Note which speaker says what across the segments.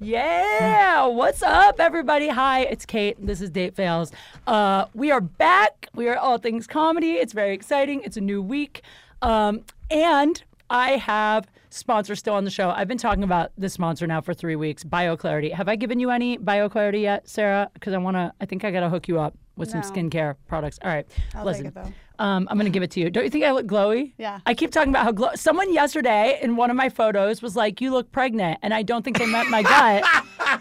Speaker 1: Yeah, what's up, everybody? Hi, it's Kate. This is Date Fails. Uh, we are back. We are all things comedy. It's very exciting. It's a new week, um, and I have sponsors still on the show. I've been talking about this sponsor now for three weeks. BioClarity. Have I given you any BioClarity yet, Sarah? Because I want to. I think I gotta hook you up with
Speaker 2: No.
Speaker 1: some skincare products. All right,
Speaker 2: I'll
Speaker 1: listen.
Speaker 2: take it, though.
Speaker 1: Um, I'm gonna give it to you. Don't you think I look glowy?
Speaker 2: Yeah.
Speaker 1: I keep talking about how glow. Someone yesterday in one of my photos was like, "You look pregnant," and I don't think they meant my gut.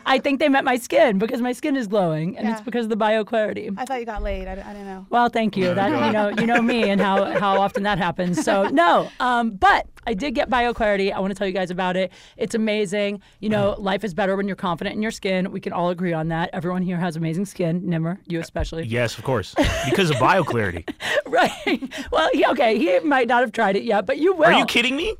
Speaker 1: I think they meant my skin because my skin is glowing, and it's
Speaker 2: Yeah.
Speaker 1: because of the BioClarity.
Speaker 2: I thought you got laid. I, d- I don't know.
Speaker 1: Well, thank you. That you know, you know me and how how often that happens. So no, um, but I did get BioClarity. I want to tell you guys about it. It's amazing. You know, life is better when you're confident in your skin. We can all agree on that. Everyone here has amazing skin. Nimmer, you especially.
Speaker 3: Yes, of course. Because of BioClarity.
Speaker 1: Right. Well, he, okay, he might not have tried it yet, but you will.
Speaker 3: Are you kidding me?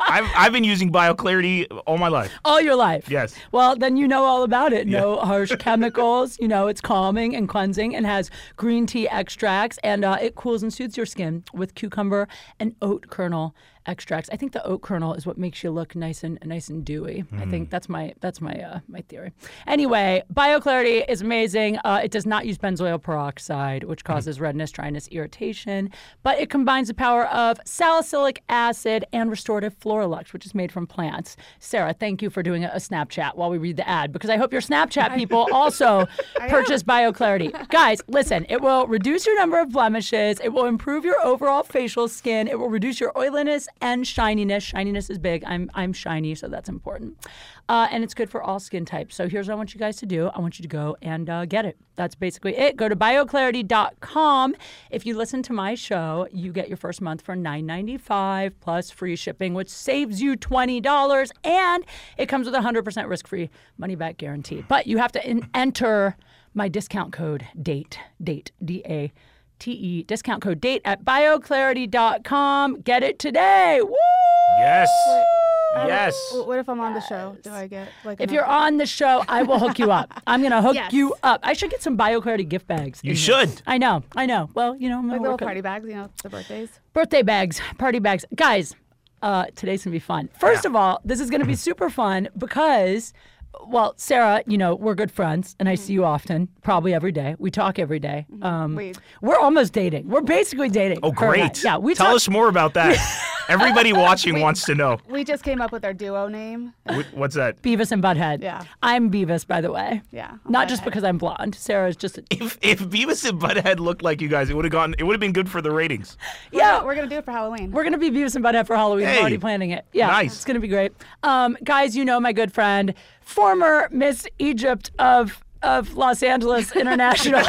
Speaker 3: I've, I've been using BioClarity all my life.
Speaker 1: All your life.
Speaker 3: Yes.
Speaker 1: Well, then you know all about it. No harsh chemicals. You know, it's calming and cleansing and has green tea extracts and uh, it cools and soothes your skin with cucumber and oat kernel extracts. I think the oat kernel is what makes you look nice and nice and dewy.
Speaker 3: Hmm.
Speaker 1: I think that's my that's my uh, my theory. Anyway, BioClarity is amazing. Uh, it does not use benzoyl peroxide, which
Speaker 3: Hmm.
Speaker 1: causes redness, dryness, irritation, but it combines the power of salicylic acid and restorative Floralux, which is made from plants. Sarah, thank you for doing a a Snapchat while we read the ad because I hope your Snapchat people also purchase BioClarity. Guys, listen, it will reduce your number of blemishes, it will improve your overall facial skin, it will reduce your oiliness and shininess. Shininess is big. I'm I'm shiny, so that's important. Uh, and it's good for all skin types. So here's what I want you guys to do. I want you to go and uh, get it. That's basically it. Go to bioclarity.com. If you listen to my show, you get your first month for $9.95 plus free shipping, which saves you $20. And it comes with a 100% risk free money back guarantee. But you have to in- enter my discount code DATE, DATE, D A T E, discount code DATE at bioclarity.com. Get it today. Woo!
Speaker 3: Yes.
Speaker 2: I don't-
Speaker 3: Yes.
Speaker 2: w- What if I'm on the show? Do I get like?
Speaker 1: If
Speaker 2: an-
Speaker 1: you're on the show, I will hook you up. I'm going to hook
Speaker 2: Yes.
Speaker 1: you up. I should get some BioClarity gift bags.
Speaker 3: You
Speaker 1: in here.
Speaker 3: should.
Speaker 1: I know. I know. Well, you know, I'm gonna
Speaker 2: like little
Speaker 1: work on-
Speaker 2: party bags, you know, the birthdays.
Speaker 1: birthday bags, party bags. Guys, uh, today's going to be fun. First of all, this is going to be super fun because, well, Sarah, you know, we're good friends and I see you often, probably every day. We talk every day.
Speaker 2: Mm-hmm.
Speaker 1: Um,
Speaker 2: Wait.
Speaker 1: We're almost dating. We're basically dating.
Speaker 3: Oh,
Speaker 1: her and I.
Speaker 3: great.
Speaker 1: Yeah, we
Speaker 3: Tell
Speaker 1: talk-
Speaker 3: us more about that. Everybody watching wants to know.
Speaker 2: We just came up with our duo name.
Speaker 3: Wh- What's that?
Speaker 1: Beavis and Butthead.
Speaker 2: Yeah.
Speaker 1: I'm Beavis, by the way.
Speaker 2: Yeah, I'm
Speaker 1: Not just
Speaker 2: Butthead.
Speaker 1: because I'm blonde. Sarah's just.
Speaker 3: If, if Beavis and Butthead looked like you guys, it would have gone. It would have been good for the ratings.
Speaker 1: yeah.
Speaker 2: we're gonna do it for Halloween.
Speaker 1: We're gonna be Beavis and Butthead for Halloween. I'm
Speaker 3: Hey.
Speaker 1: already planning it. Yeah,
Speaker 3: Nice.
Speaker 1: It's gonna be great. Um, guys, you know my good friend, former Miss Egypt of of Los Angeles International,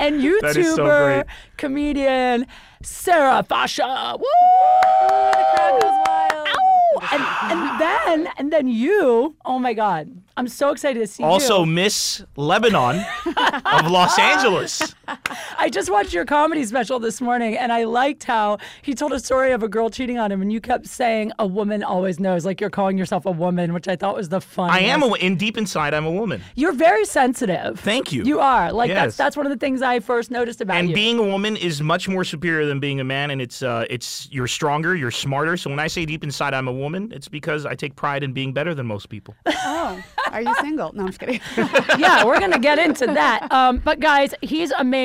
Speaker 1: and
Speaker 3: That is so
Speaker 1: YouTuber
Speaker 3: great.
Speaker 1: comedian Sarah Fasha. Woo! Ow! And, and then and then you. Oh my God, I'm so excited to see you.
Speaker 3: Also, Miss Lebanon of Los Angeles.
Speaker 1: I just watched your comedy special this morning and I liked how he told a story of a girl cheating on him and you kept saying a woman always knows, like you're calling yourself a woman, which I thought was the fun.
Speaker 3: I am a, in deep inside. I'm a woman.
Speaker 1: You're very sensitive.
Speaker 3: Thank you.
Speaker 1: You are. Like that's
Speaker 3: Yes.
Speaker 1: that's one of the things I first noticed about
Speaker 3: And
Speaker 1: you.
Speaker 3: being a woman is much more superior than being a man, and it's uh, it's you're stronger, you're smarter. So when I say deep inside I'm a woman, it's because I take pride in being better than most people.
Speaker 2: oh, are you single? No, I'm just kidding.
Speaker 1: yeah, we're gonna get into that. Um, but guys, he's amazing.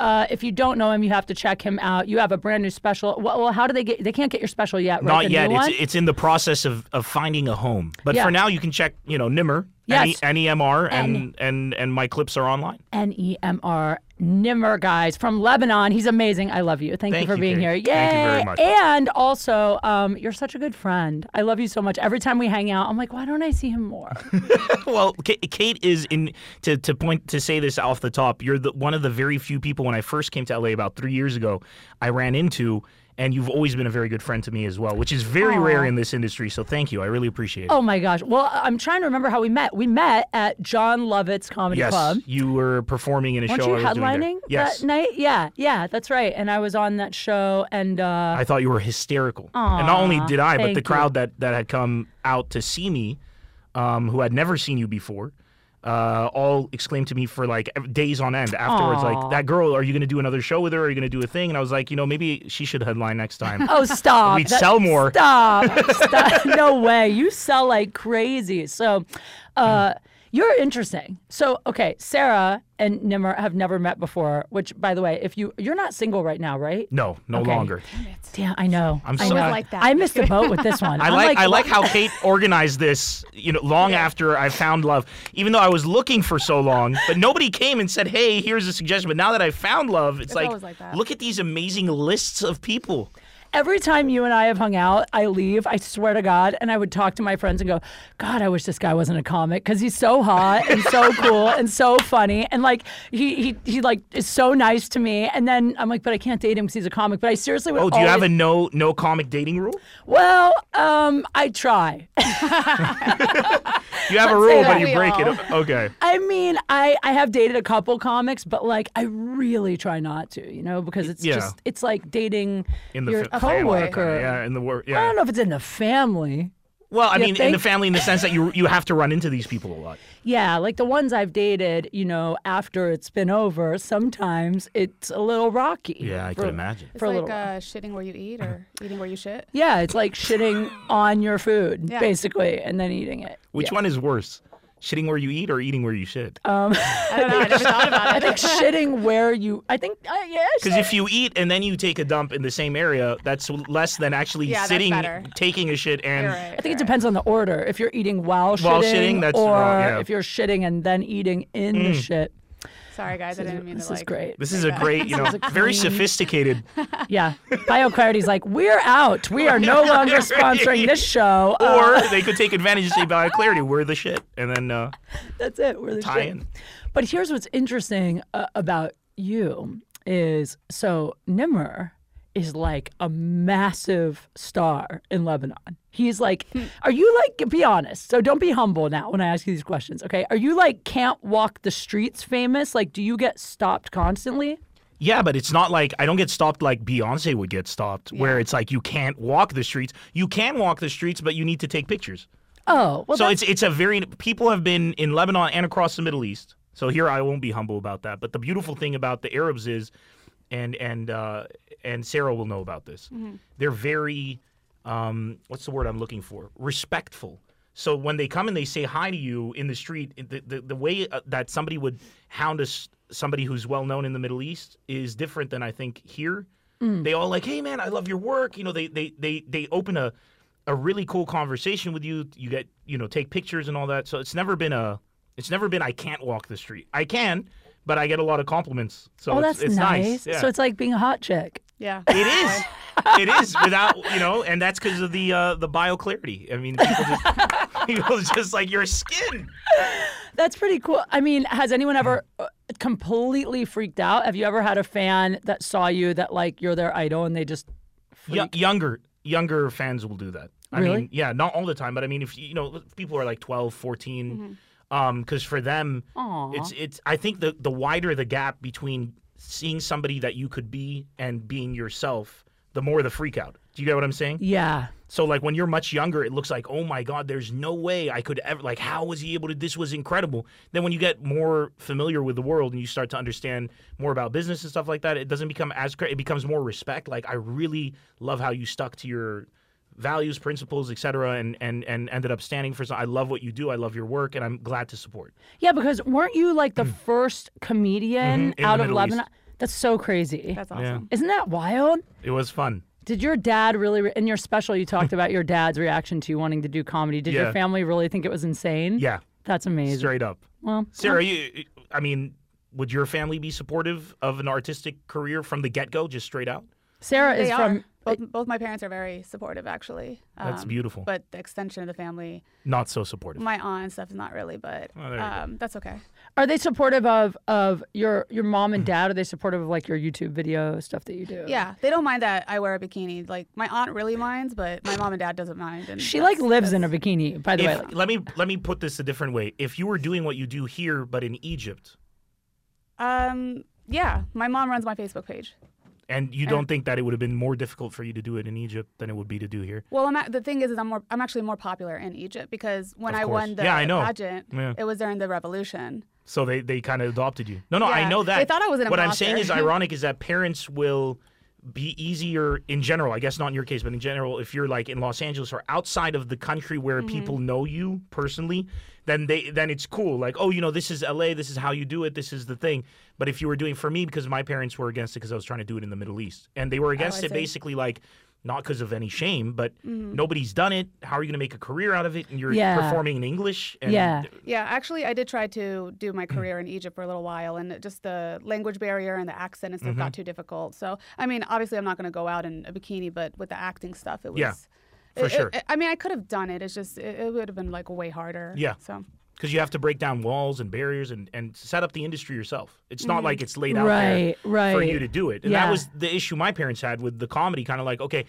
Speaker 1: Uh, if you don't know him, you have to check him out. You have a brand new special. Well, well how do they get? They can't get your special yet, right? The
Speaker 3: Not
Speaker 1: new
Speaker 3: yet.
Speaker 1: one?
Speaker 3: It's it's in the process of, of finding a home. But
Speaker 1: Yeah.
Speaker 3: for now, you can check you know Nimmer,
Speaker 1: Yes.
Speaker 3: N E M R, and and and my clips are online.
Speaker 1: N E M R Nimmer guys from Lebanon. He's amazing. I love you. Thank,
Speaker 3: Thank
Speaker 1: you for
Speaker 3: you,
Speaker 1: being
Speaker 3: Kate.
Speaker 1: here. Yay!
Speaker 3: Thank you very much.
Speaker 1: And also, um, you're such a good friend. I love you so much. Every time we hang out, I'm like, why don't I see him more?
Speaker 3: well, Ka- Kate is in to, to point to say this off the top. You're the, one of the very few people when I first came to LA about three years ago, I ran into, and you've always been a very good friend to me as well, which is very rare in this industry. So thank you, I really appreciate it.
Speaker 1: oh my gosh. Well, I- I'm trying to remember how we met. We met at John Lovett's Comedy
Speaker 3: yes,
Speaker 1: Club.
Speaker 3: you were performing in a
Speaker 1: Weren't
Speaker 3: show.
Speaker 1: you
Speaker 3: I was doing
Speaker 1: headlining
Speaker 3: there. Yes,
Speaker 1: that night? Yeah, yeah, that's right. And I was on that show, and uh,
Speaker 3: I thought you were hysterical, and not only
Speaker 1: Aw,
Speaker 3: did I, but
Speaker 1: thank you.
Speaker 3: the crowd that that had come out to see me, um, who had never seen you before. uh, all exclaimed to me for like ev- days on end afterwards,
Speaker 1: Aw.
Speaker 3: like, that girl, are you going to do another show with her? Are you going to do a thing? And I was like, you know, maybe she should headline next time.
Speaker 1: Oh, stop.
Speaker 3: We'd sell more.
Speaker 1: Stop. Stop. no way. You sell like crazy. So, uh, you're interesting. So, okay, Sarah and Nimmer have never met before, which by the way, if you you're not single right now, right?
Speaker 3: No, no
Speaker 1: Okay.
Speaker 3: longer.
Speaker 1: Damn, I know.
Speaker 3: I'm
Speaker 1: I
Speaker 3: so-
Speaker 1: know.
Speaker 3: I
Speaker 2: like that.
Speaker 1: I missed the boat with this one.
Speaker 3: I
Speaker 1: I'm
Speaker 3: like, I like how Kate organized this, you know, long after I found love. Even though I was looking for so long, but nobody came and said, "Hey, here's a suggestion." But now that I found love, it's,
Speaker 2: It's
Speaker 3: like,
Speaker 2: always like that.
Speaker 3: look at these amazing lists of people.
Speaker 1: every time you and I have hung out, I leave, I swear to God, and I would talk to my friends and go, God, I wish this guy wasn't a comic because he's so hot and so cool and so funny. And like, he, he, he like is so nice to me. And then I'm like, but I can't date him because he's a comic. But I seriously would
Speaker 3: Oh, do you have a
Speaker 1: always-
Speaker 3: no no comic dating rule?
Speaker 1: Well, um, I try.
Speaker 3: You have a
Speaker 2: Let's say
Speaker 3: rule,
Speaker 2: that
Speaker 3: but you
Speaker 2: we
Speaker 3: break it.
Speaker 2: all.
Speaker 3: Okay.
Speaker 1: I mean, I, I have dated a couple comics, but like I really try not to, you know, because it's
Speaker 3: Yeah.
Speaker 1: just it's like dating
Speaker 3: In the
Speaker 1: your
Speaker 3: fa- family,
Speaker 1: coworker.
Speaker 3: Yeah, in the work.
Speaker 1: I
Speaker 3: Yeah.
Speaker 1: don't know if it's in the family.
Speaker 3: Well, I
Speaker 1: You
Speaker 3: mean, in the
Speaker 1: think?
Speaker 3: family, in the sense that you you have to run into these people a lot.
Speaker 1: Yeah, like the ones I've dated, you know, after it's been over, sometimes it's a little rocky. for-
Speaker 3: imagine.
Speaker 2: It's
Speaker 1: For a
Speaker 2: like
Speaker 1: little
Speaker 2: uh, shitting where you eat or eating where you shit.
Speaker 1: Yeah, it's like shitting on your food,
Speaker 2: Yeah.
Speaker 1: basically, and then eating it.
Speaker 3: Which one is worse, shitting where you eat or eating where you shit?
Speaker 2: I don't know. I never thought about it.
Speaker 1: Um, I think shitting where you, I think, uh, yeah,
Speaker 3: Because if you eat and then you take a dump in the same area, that's less than actually
Speaker 2: Yeah, that's
Speaker 3: sitting,
Speaker 2: better.
Speaker 3: taking a shit, and
Speaker 2: You're right,
Speaker 1: I think
Speaker 2: you're
Speaker 1: it
Speaker 2: right.
Speaker 1: depends on the order. If you're eating while shitting,
Speaker 3: While shitting, that's
Speaker 1: or
Speaker 3: wrong, yeah. Mm.
Speaker 1: if you're shitting and then eating in the shit.
Speaker 2: Sorry, guys. I didn't mean
Speaker 1: This
Speaker 2: to
Speaker 1: is
Speaker 2: like.
Speaker 1: great.
Speaker 3: this is a great, you know, very sophisticated.
Speaker 1: Yeah. BioClarity is like, we're out. We are no longer sponsoring this show. Uh,
Speaker 3: Or they could take advantage of say by clarity, we're the shit, and then uh,
Speaker 1: That's it. We're the
Speaker 3: tie
Speaker 1: shit.
Speaker 3: in.
Speaker 1: But here's what's interesting uh, about you is so Nimr is like a massive star in Lebanon. He's like,
Speaker 3: Hmm.
Speaker 1: are you like, be honest. So don't be humble now when I ask you these questions, okay? Are you like can't walk the streets famous? Like, do you get stopped constantly?
Speaker 3: Yeah, but it's not like I don't get stopped like Beyonce would get stopped, where it's like you can't walk the streets. You can walk the streets, but you need to take pictures.
Speaker 1: Oh, well,
Speaker 3: so
Speaker 1: that's-
Speaker 3: it's it's a very people have been in Lebanon and across the Middle East. So here I won't be humble about that. But the beautiful thing about the Arabs is, and and uh, and Sarah will know about this.
Speaker 1: Mm-hmm.
Speaker 3: They're very, um, what's the word I'm looking for? Respectful. So when they come and they say hi to you in the street, the the, the way uh, that somebody would hound us somebody who's well known in the Middle East is different than I think here.
Speaker 1: Mm.
Speaker 3: They all like, hey man, I love your work. You know, they they they they open a a really cool conversation with you. You get you know take pictures and all that. So it's never been a it's never been I can't walk the street. I can, but I get a lot of compliments. So
Speaker 1: oh,
Speaker 3: it's,
Speaker 1: that's
Speaker 3: it's nice.
Speaker 1: nice.
Speaker 3: Yeah.
Speaker 1: So it's like being a hot chick.
Speaker 2: Yeah.
Speaker 3: it is. It is without you know, and that's because of the uh, the bio clarity. I mean, people just, people just like your skin.
Speaker 1: That's pretty cool. I mean, has anyone ever uh, completely freaked out? Have you ever had a fan that saw you that like you're their idol and they just
Speaker 3: Yo- younger younger fans will do that. I
Speaker 1: Really?
Speaker 3: mean, yeah, not all the time, but I mean, if you know, if people are like 12, 14, um, because for them,
Speaker 1: Mm-hmm. Aw.
Speaker 3: it's it's. I think the the wider the gap between seeing somebody that you could be and being yourself, the more the freak out. Do you get what I'm saying?
Speaker 1: Yeah.
Speaker 3: So like when you're much younger, it looks like, oh my God, there's no way I could ever like how was he able to this was incredible. Then when you get more familiar with the world and you start to understand more about business and stuff like that, it doesn't become as cra- it becomes more respect. Like I really love how you stuck to your values, principles, etc., and and and ended up standing for something. I love what you do. I love your work, and I'm glad to support.
Speaker 1: Yeah, because weren't you like the first comedian
Speaker 3: Mhm, Mm. in the
Speaker 1: out of
Speaker 3: Middle
Speaker 1: Lebanon? That's so crazy.
Speaker 2: That's awesome.
Speaker 1: Isn't that wild?
Speaker 3: It was fun.
Speaker 1: Did your dad really, re- in your special, you talked about your dad's reaction to you wanting to do comedy. Did
Speaker 3: Yeah.
Speaker 1: your family really think it was insane?
Speaker 3: Yeah,
Speaker 1: That's amazing.
Speaker 3: straight up.
Speaker 1: Well,
Speaker 3: Sarah, you, I mean, would your family be supportive of an artistic career from the get go, just straight out?
Speaker 1: Sarah is
Speaker 2: They are.
Speaker 1: from.
Speaker 2: both, both my parents are very supportive, actually. Um,
Speaker 3: That's beautiful.
Speaker 2: But the extension of the family,
Speaker 3: Not so supportive.
Speaker 2: my aunt and stuff, is not really, but
Speaker 3: Oh, there you go.
Speaker 2: um, that's okay.
Speaker 1: Are they supportive of of your your mom
Speaker 3: Mm-hmm.
Speaker 1: and dad? Are they supportive of like your YouTube video stuff that you do?
Speaker 2: Yeah, they don't mind that I wear a bikini. Like my aunt really minds, but my mom and dad doesn't mind. And
Speaker 1: She like
Speaker 2: that's-
Speaker 1: lives in a bikini, by the way.
Speaker 3: If- let me let me put this a different way. If you were doing what you do here, but in Egypt,
Speaker 2: Um, yeah, my mom runs my Facebook page.
Speaker 3: And you don't think that it would have been more difficult for you to do it in Egypt than it would be to do here?
Speaker 2: Well, I'm at, the thing is, is I'm more, I'm actually more popular in Egypt because when
Speaker 3: Of
Speaker 2: I
Speaker 3: course.
Speaker 2: won the
Speaker 3: Yeah, I know.
Speaker 2: pageant,
Speaker 3: Yeah.
Speaker 2: it was during the revolution.
Speaker 3: So they, they kind of adopted you. No, no, I
Speaker 2: Yeah.
Speaker 3: know that.
Speaker 2: They thought I was an
Speaker 3: What I'm saying is
Speaker 2: imposter.
Speaker 3: ironic is that parents will be easier in general. I guess not in your case, but in general, if you're like in Los Angeles or outside of the country
Speaker 2: Mm-hmm.
Speaker 3: where people know you personally, then they then it's cool. Like, oh, you know, this is LA. This is how you do it. This is the thing. But if you were doing for me, because my parents were against it, because I was trying to do it in the Middle East, and they were
Speaker 2: Oh, I
Speaker 3: against it
Speaker 2: see. Mm-hmm.
Speaker 3: basically like. Not because of any shame, but nobody's done it. How are you going to make a career out of it? And you're
Speaker 1: Yeah.
Speaker 3: performing in English. And
Speaker 1: Yeah.
Speaker 2: Yeah, actually, I did try to do my career in Egypt for a little while, and it- just the language barrier and the accent and stuff
Speaker 3: Mm-hmm.
Speaker 2: got too difficult. So, I mean, obviously, I'm not going to go out in a bikini, but with the acting stuff, it was.
Speaker 3: Yeah, for
Speaker 2: it- it-
Speaker 3: sure.
Speaker 2: I mean, I could have done it. It's just it, it would have been like way harder.
Speaker 3: Yeah.
Speaker 2: So
Speaker 3: because you have to break down walls and barriers and, and set up the industry yourself. It's not like it's laid out
Speaker 1: Mm-hmm. Right,
Speaker 3: there
Speaker 1: right.
Speaker 3: for you to do it. And that
Speaker 1: Yeah.
Speaker 3: was the issue my parents had with the comedy, kind of like, okay,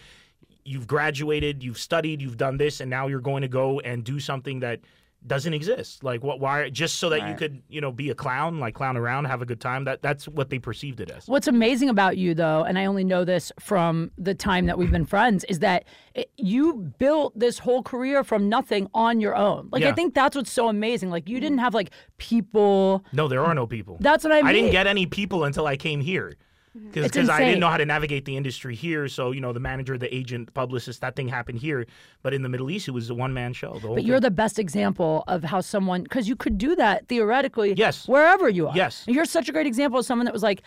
Speaker 3: you've graduated, you've studied, you've done this, and now you're going to go and do something that doesn't exist. Like what why just so that you
Speaker 2: Right.
Speaker 3: could, you know, be a clown, like clown around, have a good time. That that's what they perceived it as.
Speaker 1: What's amazing about you, though, and I only know this from the time that we've been friends, is that it, you built this whole career from nothing on your own. Like,
Speaker 3: Yeah. Mm.
Speaker 1: I think that's what's so amazing. Like, you didn't have like people.
Speaker 3: No, there are no people.
Speaker 1: That's what I mean. Mm-hmm.
Speaker 3: I didn't get any people until I came here.
Speaker 1: It's
Speaker 3: Because I didn't
Speaker 1: insane.
Speaker 3: know how to navigate the industry here, so you know the manager, the agent, publicist, that thing happened here. But in the Middle East, it was a one man show. The whole
Speaker 1: But you're the best example of how someone, because you could do that theoretically
Speaker 3: Yes.
Speaker 1: wherever you are.
Speaker 3: Yes.
Speaker 1: And you're such a great example of someone that was like,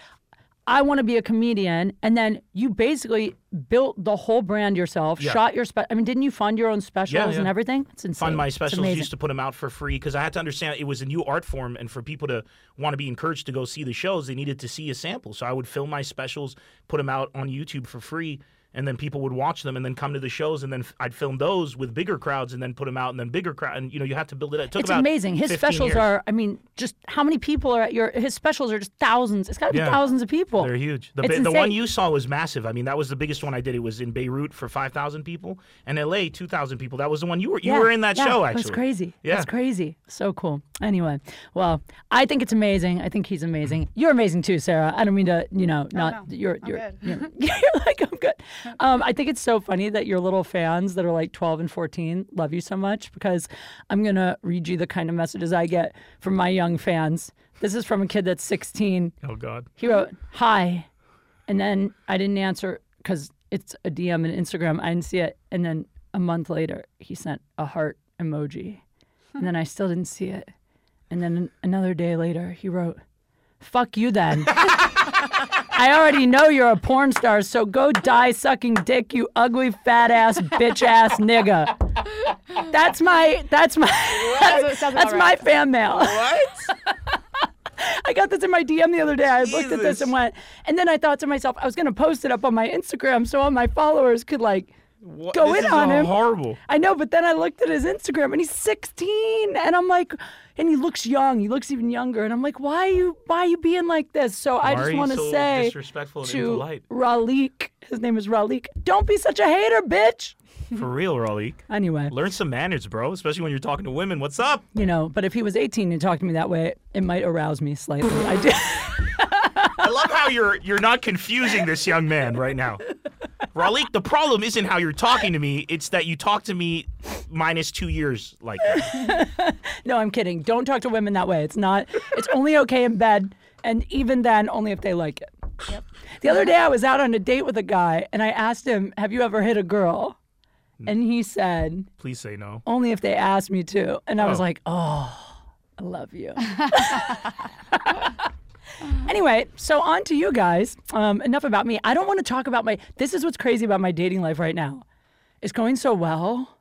Speaker 1: I want to be a comedian. And then you basically built the whole brand yourself,
Speaker 3: Yeah.
Speaker 1: shot your special. I mean, didn't you fund your own specials and
Speaker 3: yeah.
Speaker 1: everything? It's insane.
Speaker 3: fund my
Speaker 1: It's
Speaker 3: specials
Speaker 1: amazing.
Speaker 3: used to put them out for free because I had to understand it was a new art form, and for people to want to be encouraged to go see the shows, they needed to see a sample. So I would film my specials, put them out on YouTube for free, and then people would watch them, and then come to the shows, and then f- I'd film those with bigger crowds, and then put them out, and then bigger crowd, and you know you have to build it. up. It took
Speaker 1: it's
Speaker 3: about
Speaker 1: amazing. His
Speaker 3: 15
Speaker 1: specials
Speaker 3: years.
Speaker 1: are, I mean, just how many people are at your, his specials are just thousands. It's got to be
Speaker 3: Yeah.
Speaker 1: thousands of people.
Speaker 3: They're huge. The,
Speaker 1: Oh. It's
Speaker 3: bi- the one
Speaker 1: insane.
Speaker 3: you saw was massive. I mean, that was the biggest one I did. It was in Beirut for five thousand people, and LA two thousand people. That was the one you were you
Speaker 1: Yeah,
Speaker 3: were in that
Speaker 1: yeah,
Speaker 3: show actually.
Speaker 1: It was crazy.
Speaker 3: Yeah.
Speaker 1: It was crazy. So cool. Anyway, well, I think it's amazing. I think he's amazing.
Speaker 3: Mm-hmm.
Speaker 1: You're amazing too, Sarah. I don't mean to, you know, not
Speaker 2: Oh, no.
Speaker 1: you're
Speaker 2: I'm
Speaker 1: you're,
Speaker 2: good.
Speaker 1: you're you're like I'm good. Um, I think it's so funny that your little fans that are like 12 and 14 love you so much because I'm going to read you the kind of messages I get from my young fans. This is from a kid that's 16
Speaker 3: Oh God.
Speaker 1: he wrote hi and then i didn't answer because it's a dm in instagram i didn't see it and then a month later he sent a heart emoji and then i still didn't see it and then an- another day later he wrote fuck you then I already know you're a porn star, so go die sucking dick, you ugly fat ass bitch ass nigga. That's my that's my
Speaker 2: Sounds-
Speaker 1: that's,
Speaker 2: sounds about
Speaker 1: my
Speaker 2: right.
Speaker 1: fan mail.
Speaker 3: What?
Speaker 1: I got this in my DM the other day. I looked at
Speaker 3: Jesus.
Speaker 1: this and went, and then I thought to myself, I was going to post it up on my Instagram so all my followers could like go
Speaker 3: this
Speaker 1: in
Speaker 3: is
Speaker 1: on
Speaker 3: a
Speaker 1: him.
Speaker 3: Horrible.
Speaker 1: I know, but then I looked at his Instagram and he's 16, and I'm like, and he looks young. He looks even younger, and I'm like, why are you why are you being like this? So I
Speaker 3: Why are
Speaker 1: just
Speaker 3: you
Speaker 1: want to
Speaker 3: so
Speaker 1: say
Speaker 3: disrespectful and
Speaker 1: to
Speaker 3: impolite?
Speaker 1: Ralik, his name is Ralik, don't be such a hater, bitch.
Speaker 3: For real, Raleigh.
Speaker 1: Anyway,
Speaker 3: Learn some manners, bro. Especially when you're talking to women. What's up?
Speaker 1: you know, but if he was 18 and talked to me that way, it might arouse me slightly. I did.
Speaker 3: I love how you're you're not confusing this young man right now. Raleigh, the problem isn't how you're talking to me. It's that you talk to me minus two years like that.
Speaker 1: No, I'm kidding. Don't talk to women that way. It's not. It's only okay in bed, and even then, only if they like it. Yep. The other day, I was out on a date with a guy, and I asked him, "Have you ever hit a girl?"
Speaker 3: Hmm.
Speaker 1: And he said,
Speaker 3: Please say no.
Speaker 1: "Only if they asked me to." And I was
Speaker 3: Oh.
Speaker 1: like, "Oh, I love you." anyway, so on to you guys. Um, enough about me. I don't want to talk about my. This is what's crazy about my dating life right now. It's going so well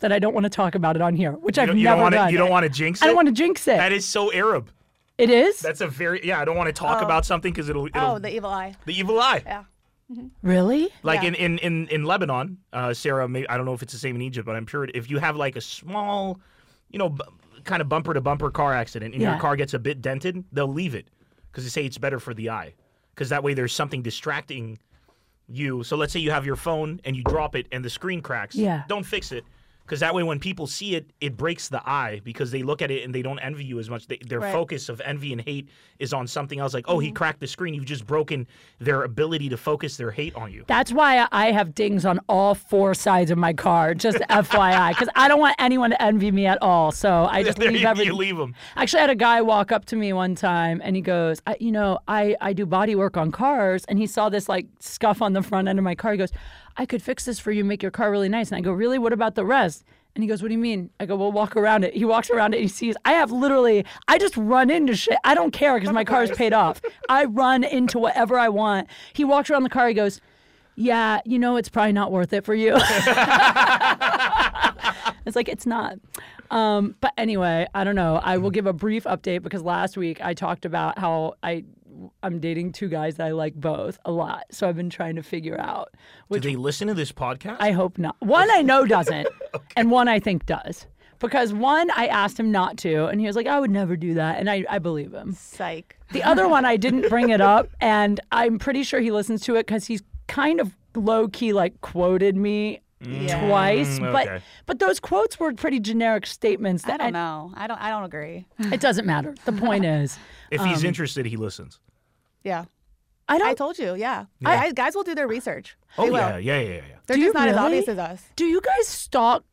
Speaker 1: that I don't want to talk about it on here, which I've
Speaker 3: You don't- you
Speaker 1: never
Speaker 3: don't want to.
Speaker 1: done.
Speaker 3: You don't want to jinx it.
Speaker 1: I don't want to jinx it.
Speaker 3: That is so Arab.
Speaker 1: It is?
Speaker 3: That's a very yeah. I don't want to talk about something because it'll, it'll
Speaker 2: oh,
Speaker 3: the,
Speaker 2: the evil eye.
Speaker 3: evil eye.
Speaker 2: Yeah.
Speaker 1: really?
Speaker 3: Like
Speaker 2: Yeah.
Speaker 3: in, in, in, in Lebanon, uh, Sarah, may, I don't know if it's the same in Egypt, but I'm sure it- if you have like a small, you know, b- kind of bumper to bumper car accident and your
Speaker 1: Yeah.
Speaker 3: car gets a bit dented, they'll leave it because they say it's better for the eye. Because that way there's something distracting you. So let's say you have your phone and you drop it and the screen cracks.
Speaker 1: Yeah.
Speaker 3: Don't fix it. because that way when people see it, it breaks the eye because they look at it and they don't envy you as much. They, their
Speaker 2: Right.
Speaker 3: focus of envy and hate is on something else. Like, oh, he cracked the screen. You've just broken their ability to focus their hate on you.
Speaker 1: That's why I- I have dings on all four sides of my car, just FYI, because I don't want anyone to envy me at all. So I just
Speaker 3: There
Speaker 1: leave
Speaker 3: you-
Speaker 1: everything.
Speaker 3: you leave 'em.
Speaker 1: Actually, I had a guy walk up to me one time and he goes, I, You know, I, I do body work on cars. And he saw this like scuff on the front end of my car. He goes, I could fix this for you, make your car really nice. And I go, Really? What about the rest? And he goes, What do you mean? I go, Well, walk around it. He walks around it and he sees, I have literally, I just run into shit. I don't care because my car's paid off. I run into whatever I want. He walks around the car. He goes, yeah, you know, it's probably not worth it for you. it's like, it's not. Um, but anyway, I don't know. I will give a brief update because last week I talked about how I. I'm dating two guys that I like both a lot. So I've been trying to figure out.
Speaker 3: Do they listen to this podcast?
Speaker 1: I hope not. One I know doesn't, and one I think does. Because one I asked him not to, and he was like, I would never do that. And I, I believe him.
Speaker 2: Psych.
Speaker 1: The other one I didn't bring it up, and I'm pretty sure he listens to it because he's kind of low key like quoted me
Speaker 2: Yeah.
Speaker 1: twice.
Speaker 3: Mm,
Speaker 1: But
Speaker 3: okay.
Speaker 1: but those quotes were pretty generic statements.
Speaker 2: I
Speaker 1: That
Speaker 2: don't know. I don't. I don't agree.
Speaker 1: It doesn't matter. The point is,
Speaker 3: if he's
Speaker 1: um,
Speaker 3: interested, he listens.
Speaker 2: Yeah.
Speaker 1: I don't.
Speaker 2: I told you. Yeah. I, I- guys will do their research.
Speaker 3: Oh
Speaker 2: they will.
Speaker 3: yeah, yeah, yeah, yeah. yeah.
Speaker 2: They're
Speaker 1: Do you
Speaker 2: just not as
Speaker 1: really?
Speaker 2: obvious as us.
Speaker 1: do you guys stalk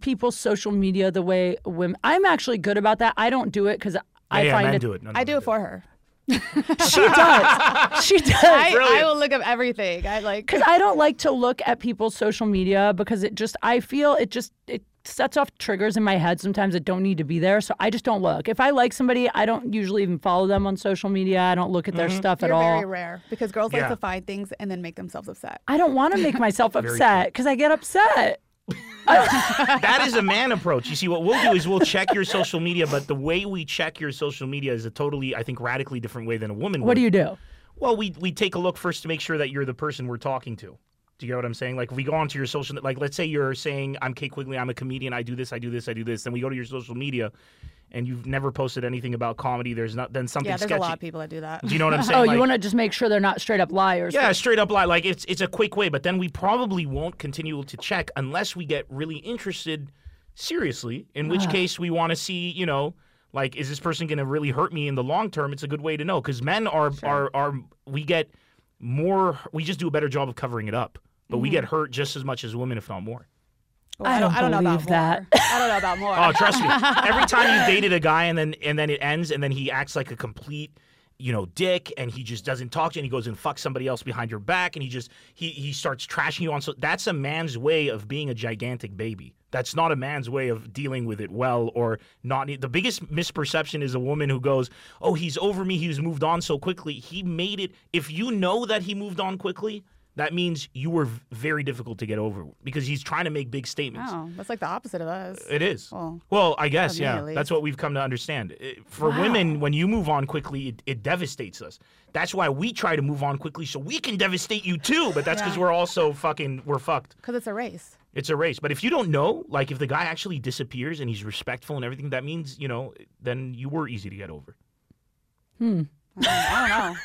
Speaker 1: people's social media the way women? I'm actually good about that. I don't do it because I
Speaker 3: yeah, yeah,
Speaker 1: find
Speaker 3: men
Speaker 1: it.
Speaker 3: do it. No, no,
Speaker 2: I do
Speaker 3: no,
Speaker 2: it for her.
Speaker 1: She does. she does.
Speaker 2: I, I
Speaker 3: Brilliant.
Speaker 2: will look up everything. I like.
Speaker 1: because I don't like to look at people's social media because it just I feel it just it sets off triggers in my head sometimes that don't need to be there. So I just don't look. If I like somebody, I don't usually even follow them on social media. I don't look at their
Speaker 3: Mm-hmm.
Speaker 1: stuff at
Speaker 2: You're
Speaker 1: all.
Speaker 2: very rare because girls
Speaker 3: Yeah.
Speaker 2: like to find things and then make themselves upset.
Speaker 1: I don't want to make myself upset because I get upset.
Speaker 3: that is a man approach. You see, what we'll do is we'll check your social media, but the way we check your social media is a totally, I think, radically different way than a woman.
Speaker 1: What do you do?
Speaker 3: Well, we we take a look first to make sure that you're the person we're talking to. Do you get what I'm saying? Like, if we go onto your social, like, let's say you're saying, "I'm Kate Quigley. I'm a comedian. I do this. I do this. I do this." Then we go to your social media, and you've never posted anything about comedy. There's not then something
Speaker 2: Yeah, there's
Speaker 3: sketchy.
Speaker 2: a lot of people that do that.
Speaker 3: Do you know what I'm saying?
Speaker 1: Oh,
Speaker 3: Like-
Speaker 1: you want to just make sure they're not straight up liars.
Speaker 3: yeah, straight up lie. Like it's it's a quick way, but then we probably won't continue to check unless we get really interested seriously. In which case, we want to see, you know, like is this person going to really hurt me in the long term? It's a good way to know because men are are are we get more. We just do a better job of covering it up, but we get hurt just as much as women, if not more.
Speaker 2: Well,
Speaker 1: I don't believe that.
Speaker 2: More. I don't know about more.
Speaker 3: Oh, trust me. Every time you dated a guy and then and then it ends and then he acts like a complete, you know, dick and he just doesn't talk to you and he goes and fucks somebody else behind your back and he just he he starts trashing you on so that's a man's way of being a gigantic baby. That's not a man's way of dealing with it well or not. The biggest misperception is a woman who goes, "Oh, he's over me. He's moved on so quickly. He made it." If you know that he moved on quickly, that means you were v- very difficult to get over because he's trying to make big statements.
Speaker 2: Oh, that's like the opposite of us.
Speaker 3: It is.
Speaker 2: Well,
Speaker 3: Well, I guess,
Speaker 2: of me,
Speaker 3: yeah.
Speaker 2: at
Speaker 3: That's what we've come to understand. It- For women, when you move on quickly, it, it devastates us. That's why we try to move on quickly so we can devastate you too. But that's because we're also fucking, we're fucked.
Speaker 2: Because it's a race.
Speaker 3: It's a race. But if you don't know, like if the guy actually disappears and he's respectful and everything, that means, you know, then you were easy to get over.
Speaker 2: I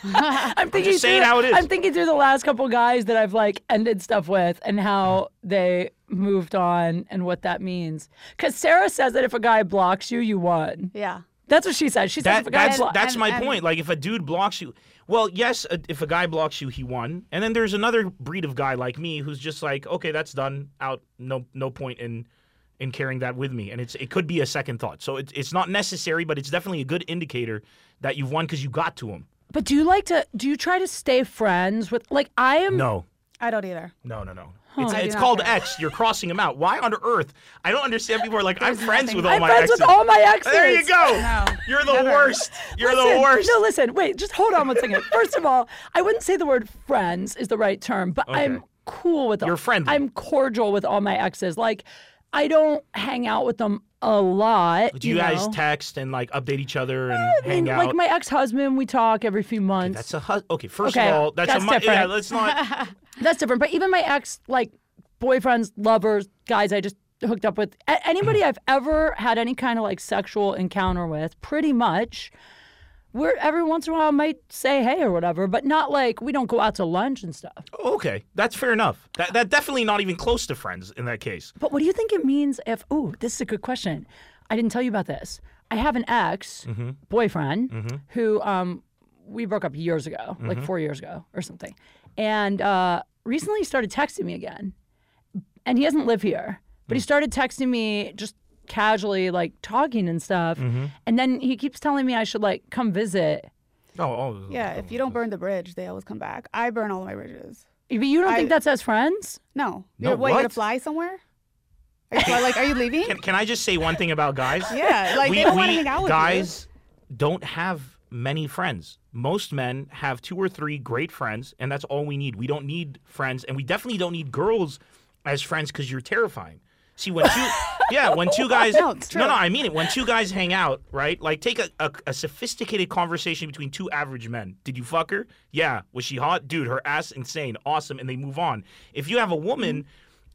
Speaker 2: don't know.
Speaker 1: I'm thinking
Speaker 3: just saying
Speaker 1: through,
Speaker 3: how it is.
Speaker 1: I'm thinking through the last couple guys that I've like ended stuff with and how they moved on and what that means. Because Sarah says that if a guy blocks you, you won.
Speaker 2: yeah.
Speaker 1: That's what she said. She said if
Speaker 3: That,
Speaker 1: a guy
Speaker 3: that's
Speaker 1: blocks.
Speaker 3: that's
Speaker 2: and-
Speaker 3: my
Speaker 2: and-
Speaker 3: point. Like if a dude blocks you, well, yes, a, if a guy blocks you, he won. And then there's another breed of guy like me who's just like, okay, that's done. Out. No, no point in in carrying that with me. And it's it could be a second thought. So it's it's not necessary, but it's definitely a good indicator that you've won because you got to him.
Speaker 1: But do you like to? Do you try to stay friends with? Like I am.
Speaker 3: No.
Speaker 2: I don't either.
Speaker 3: No, no, no. It's,
Speaker 2: I do
Speaker 3: it's
Speaker 2: not
Speaker 3: called
Speaker 2: care.
Speaker 3: X. You're crossing him out. Why on earth? I don't understand. People are like, I'm friends
Speaker 2: nothing-
Speaker 3: with all
Speaker 1: I'm
Speaker 3: my
Speaker 1: friends
Speaker 3: exes.
Speaker 1: with all my exes.
Speaker 3: there you go.
Speaker 2: No,
Speaker 3: You're the
Speaker 2: never.
Speaker 3: worst. You're
Speaker 1: Listen,
Speaker 3: the worst.
Speaker 1: No, listen. Wait, just hold on one second. First of all, I wouldn't say the word friends is the right term, but I'm cool with.
Speaker 3: You're friendly.
Speaker 1: I'm cordial with all my exes. Like I don't hang out with them a lot.
Speaker 3: Do you, guys
Speaker 1: know?
Speaker 3: text and like update each other and
Speaker 1: I
Speaker 3: hang
Speaker 1: mean,
Speaker 3: out?
Speaker 1: like my ex-husband, we talk every few months.
Speaker 3: That's a hus- okay. First
Speaker 1: Okay,
Speaker 3: of all, that's,
Speaker 1: that's
Speaker 3: a mu- yeah.
Speaker 1: different.
Speaker 3: Let's not.
Speaker 1: That's different. But even my ex, like boyfriends, lovers, guys I just hooked up with, a- anybody I've ever had any kind of like sexual encounter with, pretty much we're every once in a while might say hey or whatever, but not like we don't go out to lunch and stuff.
Speaker 3: Oh, okay, that's fair enough. That that definitely not even close to friends in that case.
Speaker 1: But what do you think it means if? Ooh, this is a good question. I didn't tell you about this. I have an ex
Speaker 3: Mm-hmm.
Speaker 1: boyfriend who um, we broke up years ago, like
Speaker 3: Mm-hmm.
Speaker 1: four years ago or something, and uh, recently he started texting me again, and he doesn't live here,
Speaker 3: Mm.
Speaker 1: but he started texting me just casually, like talking and stuff,
Speaker 3: Mm-hmm.
Speaker 1: and then he keeps telling me I should like come visit.
Speaker 3: Oh, oh
Speaker 2: Yeah, if you don't burn the bridge, they always come back. I burn all of my bridges.
Speaker 1: But you don't think
Speaker 2: I-
Speaker 1: that's as friends?
Speaker 2: No.
Speaker 3: No,
Speaker 2: You're, what, you're gonna
Speaker 3: what?
Speaker 2: fly somewhere? Are you, fly- like, are you leaving?
Speaker 3: Can, can I just say one thing about guys?
Speaker 2: yeah, like they don't want to hang out with you.
Speaker 3: guys don't have many friends. Most men have two or three great friends, and that's all we need. We don't need friends, and we definitely don't need girls as friends because you're terrifying. See when two, yeah, when two guys,
Speaker 2: No, it's
Speaker 3: no,
Speaker 2: true.
Speaker 3: I mean it. When two guys hang out, right? Like take a, a, a sophisticated conversation between two average men. Did you fuck her? Yeah. Was she hot? Dude, her ass insane, awesome, and they move on. If you have a woman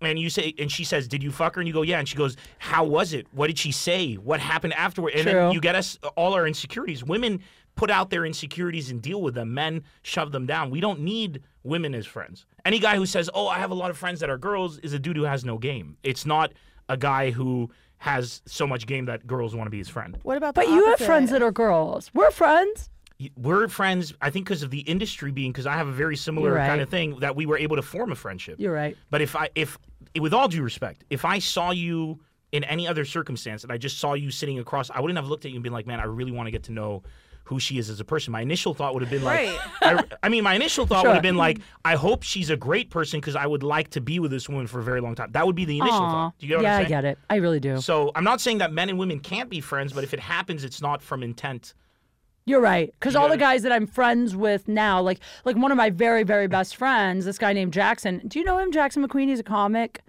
Speaker 3: and you say and she says, Did you fuck her? And you go, Yeah, and she goes, How was it? What did she say? What happened afterward? And
Speaker 1: True.
Speaker 3: then you get us all our insecurities. Women put out their insecurities and deal with them. Men shove them down. We don't need women as friends. Any guy who says, Oh, I have a lot of friends that are girls is a dude who has no game. It's not a guy who has so much game that girls want to be his friend.
Speaker 2: What about the
Speaker 1: But you have
Speaker 2: opposite?
Speaker 1: friends that are girls. We're friends.
Speaker 3: Y- We're friends, I think, because of the industry being, because I have a very similar
Speaker 1: You're right.
Speaker 3: kind of thing that we were able to form a friendship.
Speaker 1: You're right.
Speaker 3: But if I, if with all due respect, if I saw you in any other circumstance and I just saw you sitting across, I wouldn't have looked at you and been like, man, I really want to get to know who she is as a person. My initial thought would have been like,
Speaker 2: Right.
Speaker 3: I, I mean, my initial thought
Speaker 1: Sure.
Speaker 3: would have been like, I hope she's a great person because I would like to be with this woman for a very long time. That would be the initial
Speaker 1: Aw.
Speaker 3: thought. Do you get what
Speaker 1: yeah,
Speaker 3: I'm
Speaker 1: I
Speaker 3: saying?
Speaker 1: get it. I really do.
Speaker 3: So I'm not saying that men and women can't be friends, but if it happens, it's not from intent.
Speaker 1: You're right. Because all
Speaker 3: got
Speaker 1: the
Speaker 3: it.
Speaker 1: guys that I'm friends with now, like like one of my very very best friends, this guy named Jackson. Do you know him? Jackson McQueen. He's a comic,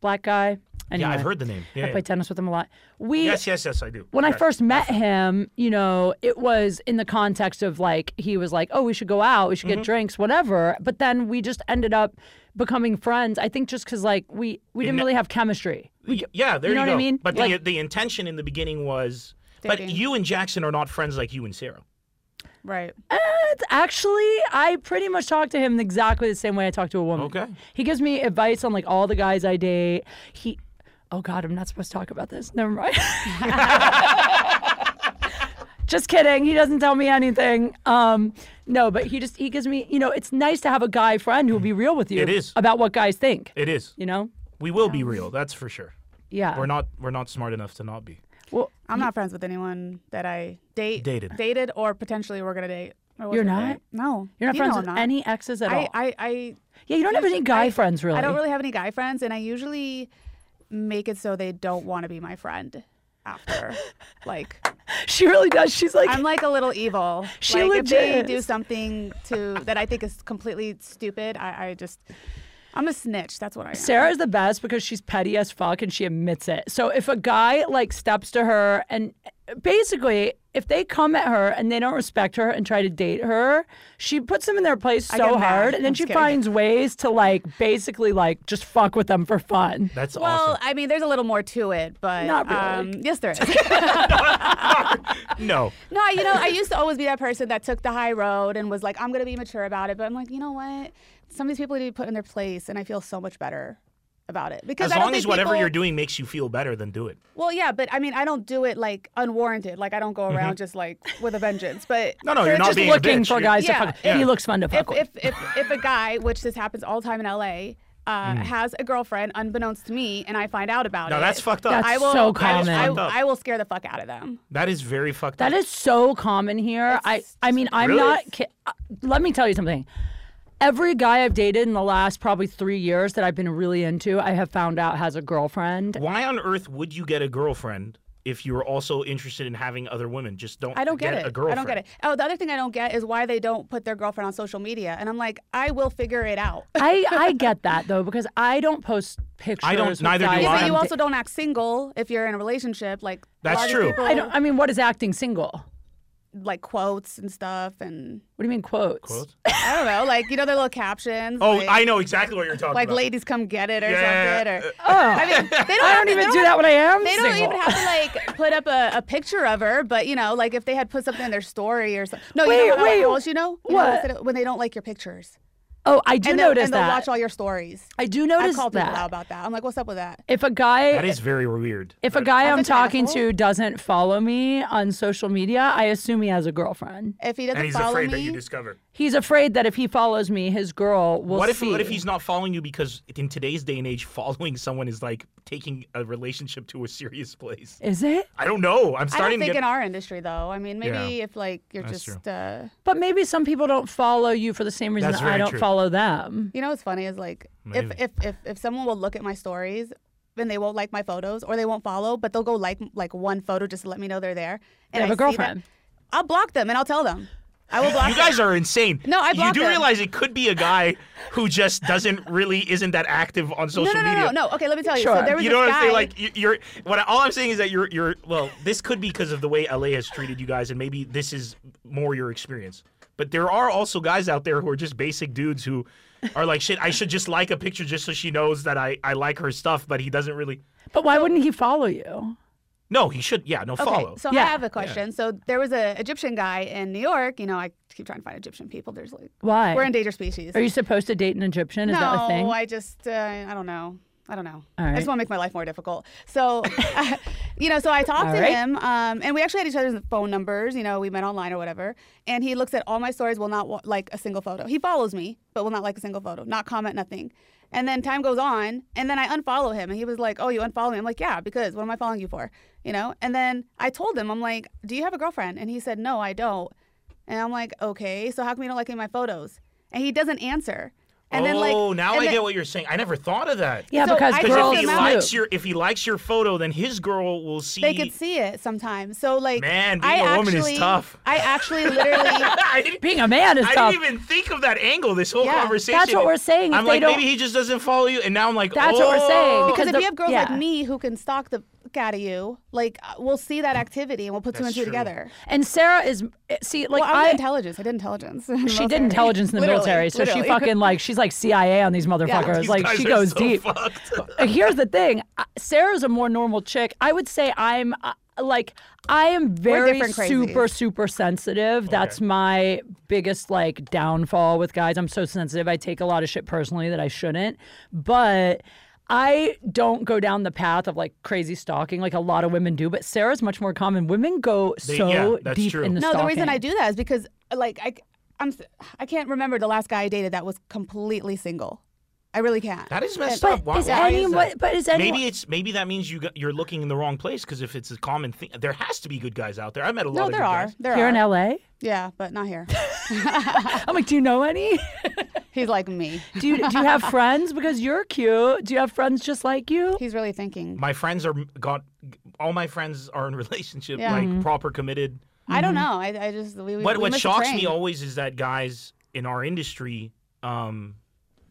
Speaker 1: black guy. Anyway,
Speaker 3: Yeah, I've heard the name. Yeah,
Speaker 1: I
Speaker 3: yeah.
Speaker 1: play tennis with him a lot. We
Speaker 3: Yes, yes, yes, I do.
Speaker 1: when I
Speaker 3: Okay.
Speaker 1: first met him, you know, it was in the context of like he was like, "Oh, we should go out, we should
Speaker 3: Mm-hmm.
Speaker 1: get drinks, whatever." But then we just ended up becoming friends. I think just because like we we didn't
Speaker 3: ne-
Speaker 1: really have chemistry.
Speaker 3: Y- yeah, there
Speaker 1: you
Speaker 3: you,
Speaker 1: know what
Speaker 3: go.
Speaker 1: I mean?
Speaker 3: But the,
Speaker 1: Like-
Speaker 3: the intention in the beginning was. But
Speaker 2: Dating.
Speaker 3: you and Jackson are not friends like you and Sarah.
Speaker 2: Right.
Speaker 1: But actually, I pretty much talk to him exactly the same way I talk to a woman.
Speaker 3: Okay.
Speaker 1: He gives me advice on like all the guys I date. He, oh God, I'm not supposed to talk about this. Never mind. just kidding. He doesn't tell me anything. Um, no, but he just he gives me. You know, it's nice to have a guy friend who will be real with you.
Speaker 3: It is.
Speaker 1: about what guys think.
Speaker 3: It is.
Speaker 1: You know.
Speaker 3: We will be real. That's for sure.
Speaker 1: Yeah.
Speaker 3: We're not. We're not smart enough to not be.
Speaker 1: Well,
Speaker 2: I'm not friends with anyone that I date,
Speaker 3: Dated.
Speaker 2: dated, or potentially we're gonna date. or was
Speaker 1: You're
Speaker 2: gonna
Speaker 1: not?
Speaker 2: date. No,
Speaker 1: you're not friends
Speaker 2: You know
Speaker 1: with
Speaker 2: I'm not.
Speaker 1: any exes at all.
Speaker 2: I, I, I
Speaker 1: yeah, you don't have any
Speaker 2: usually-
Speaker 1: guy
Speaker 2: I-
Speaker 1: friends really.
Speaker 2: I don't really have any guy friends, and I usually make it so they don't want to be my friend after. like
Speaker 1: She really does. She's like.
Speaker 2: I'm like a little evil.
Speaker 1: She
Speaker 2: like, if
Speaker 1: legit
Speaker 2: they do
Speaker 1: is.
Speaker 2: something to that I think is completely stupid, I, I just I'm a snitch. That's what I am.
Speaker 1: Sarah's the best because she's petty as fuck and she admits it. So if a guy like steps to her and basically if they come at her and they don't respect her and try to date her, she puts them in their place
Speaker 2: get
Speaker 1: so
Speaker 2: mad.
Speaker 1: hard and then
Speaker 2: I'm
Speaker 1: she
Speaker 2: scared.
Speaker 1: finds ways to like basically like just fuck with them for fun.
Speaker 3: That's
Speaker 2: well, I mean, there's a little more to it, but
Speaker 1: Not really.
Speaker 2: um, yes, there is. uh,
Speaker 3: awesome. No.
Speaker 2: No, you know, I used to always be that person that took the high road and was like, I'm going to be mature about it. But I'm like, you know what? Some of these people need to be put in their place, and I feel so much better about it. Because
Speaker 3: As
Speaker 2: I don't
Speaker 3: long as
Speaker 2: think
Speaker 3: whatever
Speaker 2: people-
Speaker 3: you're doing makes you feel better, then do it.
Speaker 2: Well, yeah, but I mean, I don't do it like unwarranted. Like, I don't go around just like with a vengeance. But
Speaker 3: Mm-hmm. No, no, you're not
Speaker 1: Just
Speaker 3: being a
Speaker 1: looking
Speaker 3: bitch.
Speaker 1: for
Speaker 3: You're-
Speaker 1: guys
Speaker 2: Yeah,
Speaker 1: to fuck. He looks fun to fuck
Speaker 2: if,
Speaker 1: with.
Speaker 2: if, if, if a guy, which this happens all the time in LA,
Speaker 3: Mm.
Speaker 2: uh, has a girlfriend unbeknownst to me, and I find out about
Speaker 3: No,
Speaker 2: it.
Speaker 3: that's fucked up.
Speaker 1: That's
Speaker 2: I will,
Speaker 1: so
Speaker 2: I,
Speaker 1: common.
Speaker 2: I,
Speaker 3: Fucked up.
Speaker 2: I will scare the fuck out of them.
Speaker 3: That is very fucked
Speaker 1: That
Speaker 3: up.
Speaker 1: is so common here. I I mean, I'm
Speaker 3: Really?
Speaker 1: not ki- uh, Let me tell you something. Every guy I've dated in the last probably 3 years that I've been really into, I have found out has a girlfriend.
Speaker 3: Why on earth would you get a girlfriend if you were also interested in having other women? Just don't.
Speaker 2: I don't get,
Speaker 3: A
Speaker 2: it.
Speaker 3: girlfriend.
Speaker 2: I don't get it. Oh, the other thing I don't get is why they don't put their girlfriend on social media. And I'm like, I will figure it out.
Speaker 1: I, I get that though because I don't post pictures. with
Speaker 3: neither do
Speaker 1: guys
Speaker 3: I.
Speaker 2: but
Speaker 1: I'm
Speaker 2: you
Speaker 3: Well,
Speaker 2: also
Speaker 1: da-
Speaker 2: don't act single if you're in a relationship. Like a
Speaker 3: That's
Speaker 2: lot of
Speaker 3: true.
Speaker 2: people,
Speaker 1: I don't. I mean, what is acting single?
Speaker 2: like quotes and stuff, and
Speaker 1: What do you mean quotes?
Speaker 3: Quotes?
Speaker 2: I don't know, like you know their little captions.
Speaker 3: Oh,
Speaker 2: like,
Speaker 3: I know exactly what you're talking
Speaker 2: like
Speaker 3: about.
Speaker 2: ladies come get it or
Speaker 3: Yeah. Uh,
Speaker 2: something. Or
Speaker 1: Oh, I,
Speaker 2: I mean, they don't,
Speaker 1: don't
Speaker 2: have to-
Speaker 1: even
Speaker 2: they
Speaker 1: do that when I am
Speaker 2: They don't
Speaker 1: single.
Speaker 2: even have to like put up a, a picture of her, but you know, like if they had put something in their story or something. No,
Speaker 1: Wait,
Speaker 2: you know how
Speaker 1: wait,
Speaker 2: it goes, you know? You know
Speaker 1: what?
Speaker 2: they said when they don't like your pictures.
Speaker 1: Oh, I do
Speaker 2: and they'll,
Speaker 1: notice
Speaker 2: and they'll
Speaker 1: that.
Speaker 2: watch all your stories.
Speaker 1: I do notice
Speaker 2: I call people out
Speaker 1: that.
Speaker 2: about that. I'm like, what's up with that?
Speaker 1: If a guy
Speaker 3: That is very weird.
Speaker 1: if a guy I'm
Speaker 2: That's an
Speaker 1: talking
Speaker 2: asshole.
Speaker 1: to doesn't follow me on social media, I assume he has a girlfriend.
Speaker 2: If he
Speaker 3: and
Speaker 2: doesn't
Speaker 3: he's
Speaker 2: follow
Speaker 3: afraid
Speaker 2: me,
Speaker 3: that you discover.
Speaker 1: He's afraid that if he follows me, his girl will
Speaker 3: What if
Speaker 1: see.
Speaker 3: what if he's not following you because in today's day and age, following someone is like taking a relationship to a serious place.
Speaker 1: Is it?
Speaker 3: I don't know. I'm
Speaker 2: I don't
Speaker 3: starting
Speaker 2: think
Speaker 3: to
Speaker 2: in
Speaker 3: get.
Speaker 2: our industry though. I mean, maybe if like you're
Speaker 3: That's
Speaker 2: just, uh,
Speaker 1: But maybe some people don't follow you for the same reason
Speaker 3: That's
Speaker 1: that I
Speaker 3: very
Speaker 1: don't
Speaker 3: true.
Speaker 1: follow them.
Speaker 2: you know, what's funny is like if,
Speaker 3: Maybe.
Speaker 2: if if if someone will look at my stories. Then they won't like my photos, or they won't follow, but they'll go like like one photo just to let me know they're there.
Speaker 1: They
Speaker 2: And
Speaker 1: have
Speaker 2: I
Speaker 1: a
Speaker 2: see that-
Speaker 1: girlfriend.
Speaker 2: I'll block them and I'll tell them. I will block
Speaker 3: You
Speaker 2: them.
Speaker 3: guys are insane.
Speaker 2: No, I
Speaker 3: You
Speaker 2: blocked
Speaker 3: do
Speaker 2: him.
Speaker 3: realize it could be a guy who just doesn't really isn't that active on social
Speaker 2: No, no, no,
Speaker 3: media.
Speaker 2: no, no. Okay, let me tell you.
Speaker 1: Sure.
Speaker 2: So there was
Speaker 3: you
Speaker 2: this
Speaker 3: know what
Speaker 2: guy.
Speaker 3: I'm saying? Like you- you're what I, all I'm saying is that you're you're well. This could be because of the way LA has treated you guys, and maybe this is more your experience. But there are also guys out there who are just basic dudes who are like, shit. I should just like a picture just so she knows that I I like her stuff. But he doesn't really.
Speaker 1: But why wouldn't he follow you?
Speaker 3: No, he should. Yeah, no follow.
Speaker 2: So
Speaker 1: Yeah.
Speaker 2: I have a question. So there was a Egyptian guy in New York. You know, I keep trying to find Egyptian people. There's like
Speaker 1: Why?
Speaker 2: we're endangered species.
Speaker 1: Are you supposed to date an Egyptian? Is
Speaker 2: no,
Speaker 1: that a thing?
Speaker 2: I just uh, I don't know. I don't know.
Speaker 1: All
Speaker 2: I
Speaker 1: right.
Speaker 2: just want to make my life more difficult. So, you know, so I talked
Speaker 1: All
Speaker 2: to
Speaker 1: right.
Speaker 2: him, um, and we actually had each other's phone numbers. You know, we met online or whatever. And he looks at all my stories, will not wa- like a single photo. He follows me, but will not like a single photo, not comment, nothing. And then time goes on, and then I unfollow him, and he was like, "Oh, you unfollow me?" I'm like, "Yeah, because what am I following you for?" You know. And then I told him, I'm like, "Do you have a girlfriend?" And he said, "No, I don't." And I'm like, "Okay, so how come you don't like any of my photos?" And he doesn't answer. And then like,
Speaker 3: oh, now
Speaker 2: and
Speaker 3: I
Speaker 2: then-
Speaker 3: get what you're saying. I never thought of that.
Speaker 1: yeah,
Speaker 2: So
Speaker 1: because
Speaker 2: I
Speaker 3: Because
Speaker 1: girls
Speaker 2: told
Speaker 3: if he
Speaker 2: them out.
Speaker 3: likes
Speaker 1: snoop.
Speaker 3: your if he likes your photo, then his girl will see.
Speaker 2: They could see it sometimes. So like,
Speaker 3: Man,
Speaker 2: I
Speaker 3: being a woman
Speaker 2: actually,
Speaker 3: is tough.
Speaker 2: I actually literally.
Speaker 3: I didn't.
Speaker 1: being a man is
Speaker 3: I
Speaker 1: tough.
Speaker 3: didn't even think of that angle. This whole
Speaker 2: Yeah, that's
Speaker 3: conversation.
Speaker 1: what we're saying, if
Speaker 3: I'm
Speaker 1: they
Speaker 3: like,
Speaker 1: don't-
Speaker 3: maybe he just doesn't follow you, and now I'm like,
Speaker 1: That's what we're saying,
Speaker 3: "Oh."
Speaker 1: because
Speaker 2: Because if
Speaker 1: the-
Speaker 2: you have girls
Speaker 1: yeah.
Speaker 2: like me who can stalk the fuck out of you, like uh, we'll see that activity and we'll put two
Speaker 3: That's
Speaker 2: and two
Speaker 3: true.
Speaker 2: together.
Speaker 1: And Sarah is eh, see like
Speaker 2: Well, I was
Speaker 1: I.
Speaker 2: intelligence. I did intelligence. in the
Speaker 1: she did
Speaker 2: military.
Speaker 1: intelligence in the
Speaker 2: Literally,
Speaker 1: military, so
Speaker 2: literally.
Speaker 1: she fucking like she's like CIA on these motherfuckers.
Speaker 3: These
Speaker 1: like
Speaker 3: guys
Speaker 1: she
Speaker 3: are
Speaker 1: goes
Speaker 3: so
Speaker 1: deep.
Speaker 3: fucked.
Speaker 1: And Here's the thing: I- Sarah's a more normal chick. I would say I'm uh, like I am very
Speaker 2: different crazies.
Speaker 1: super super sensitive. That's my biggest like downfall with guys. I'm so sensitive. I take a lot of shit personally that I shouldn't, but. I don't go down the path of like crazy stalking like a lot of women do, but Sarah's much more common. Women go
Speaker 3: They-
Speaker 1: so
Speaker 3: yeah, that's
Speaker 1: deep
Speaker 3: true.
Speaker 1: in the
Speaker 2: No,
Speaker 1: stalking.
Speaker 2: the reason I do that is because like I, I'm, s- I can't remember the last guy I dated that was completely single. I really can't.
Speaker 3: That is messed
Speaker 1: But
Speaker 3: up. Why,
Speaker 1: is
Speaker 3: why is
Speaker 1: anyone?
Speaker 3: that?
Speaker 1: but is anyone?
Speaker 3: Maybe it's maybe that means you got, you're looking in the wrong place because if it's a common thing, there has to be good guys out there. I met a lot
Speaker 2: no,
Speaker 3: of
Speaker 2: there
Speaker 3: good
Speaker 2: are.
Speaker 3: guys.
Speaker 2: There
Speaker 1: here
Speaker 2: are.
Speaker 1: in LA.
Speaker 2: yeah, but not here.
Speaker 1: I'm like, do you know any?
Speaker 2: He's like me.
Speaker 1: Do you do you have friends? Because you're cute. Do you have friends just like you?
Speaker 2: He's really thinking.
Speaker 3: My friends are got all my friends are in relationship,
Speaker 2: Yeah.
Speaker 3: like
Speaker 1: Mm-hmm.
Speaker 3: proper committed.
Speaker 2: I don't know. I, I just we, we,
Speaker 3: what
Speaker 2: we
Speaker 3: what
Speaker 2: missed the
Speaker 3: shocks me
Speaker 2: train.
Speaker 3: always is that guys in our industry um,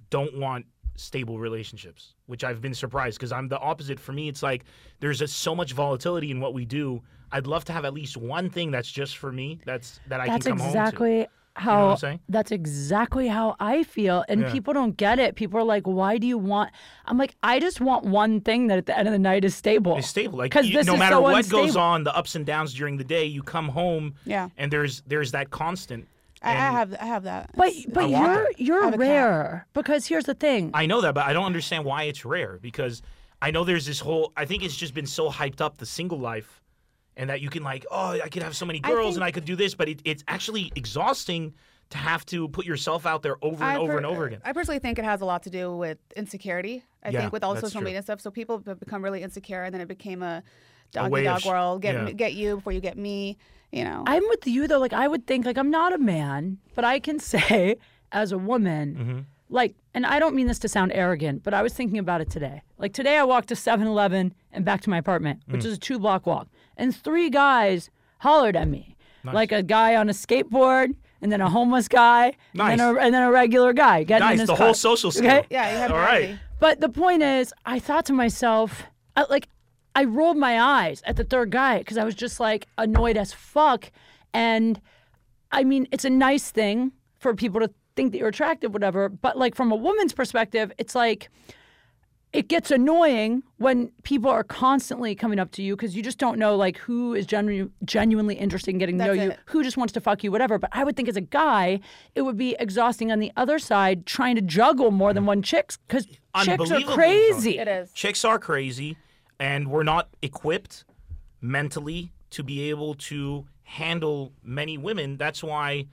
Speaker 3: don't want stable relationships, which I've been surprised because I'm the opposite. For me, it's like there's just so much volatility in what we do. I'd love to have at least one thing that's just for me. That's that I
Speaker 1: That's
Speaker 3: can come home to.
Speaker 1: exactly how.
Speaker 3: know what I'm saying?
Speaker 1: That's exactly how I feel, and
Speaker 3: Yeah.
Speaker 1: people don't get it. People are like, "Why do you want?" I'm like, "I just want one thing that at the end of the night is stable."
Speaker 3: It's stable, like
Speaker 1: 'Cause
Speaker 3: you-
Speaker 1: this
Speaker 3: no
Speaker 1: is
Speaker 3: matter
Speaker 1: so
Speaker 3: what goes
Speaker 1: unstable.
Speaker 3: on, the ups and downs during the day, you come home,
Speaker 2: Yeah.
Speaker 3: and there's there's that constant.
Speaker 2: I, I
Speaker 3: and-
Speaker 2: have I have that.
Speaker 1: But
Speaker 2: It's-
Speaker 1: but
Speaker 3: want
Speaker 1: you're
Speaker 3: that.
Speaker 1: you're
Speaker 2: have a cat.
Speaker 1: rare because here's the thing.
Speaker 3: I know that, but I don't understand why it's rare because I know there's this whole. I think it's just been so hyped up the single life, and that you can like, oh, I could have so many girls and
Speaker 2: think-
Speaker 3: I could do this, but it, it's actually exhausting to have to put yourself out there over
Speaker 2: I
Speaker 3: and over
Speaker 2: per-
Speaker 3: and over again.
Speaker 2: I personally think it has a lot to do with insecurity. I
Speaker 3: Yeah,
Speaker 2: think with all the
Speaker 3: that's
Speaker 2: social
Speaker 3: true.
Speaker 2: media stuff, so people have become really insecure, and then it became a dog
Speaker 3: way
Speaker 2: eat
Speaker 3: of
Speaker 2: dog
Speaker 3: sh-
Speaker 2: world. Get
Speaker 3: yeah.
Speaker 2: me- get you before you get me. You know.
Speaker 1: I'm with you though. Like I would think like I'm not a man, but I can say as a woman,
Speaker 3: Mm-hmm.
Speaker 1: like, and I don't mean this to sound arrogant, but I was thinking about it today. Like today, I walked to 7-Eleven and back to my apartment,
Speaker 3: Mm.
Speaker 1: which is a two block walk, and three guys hollered at me, like a guy on a skateboard. And then a homeless guy, and, then
Speaker 3: Nice.
Speaker 1: a, and then a regular guy getting in
Speaker 3: Guys,
Speaker 1: his
Speaker 3: the
Speaker 1: car.
Speaker 3: whole social scale.
Speaker 1: Okay?
Speaker 2: yeah, you have
Speaker 3: All right.
Speaker 2: empathy.
Speaker 1: But the point is, I thought to myself, I, like, I rolled my eyes at the third guy because I was just like annoyed as fuck. And I mean, it's a nice thing for people to think that you're attractive, whatever. But like, from a woman's perspective, it's like, it gets annoying when people are constantly coming up to you because you just don't know like who is genu- genuinely interested in getting to know
Speaker 2: That's
Speaker 1: you,
Speaker 2: it.
Speaker 1: who just wants to fuck you, whatever. But I would think as a guy, it would be exhausting on the other side trying to juggle more than one chicks because chicks are
Speaker 3: Unbelievably
Speaker 1: crazy.
Speaker 2: It is.
Speaker 3: chicks are crazy and we're not equipped mentally to be able to handle many women that's why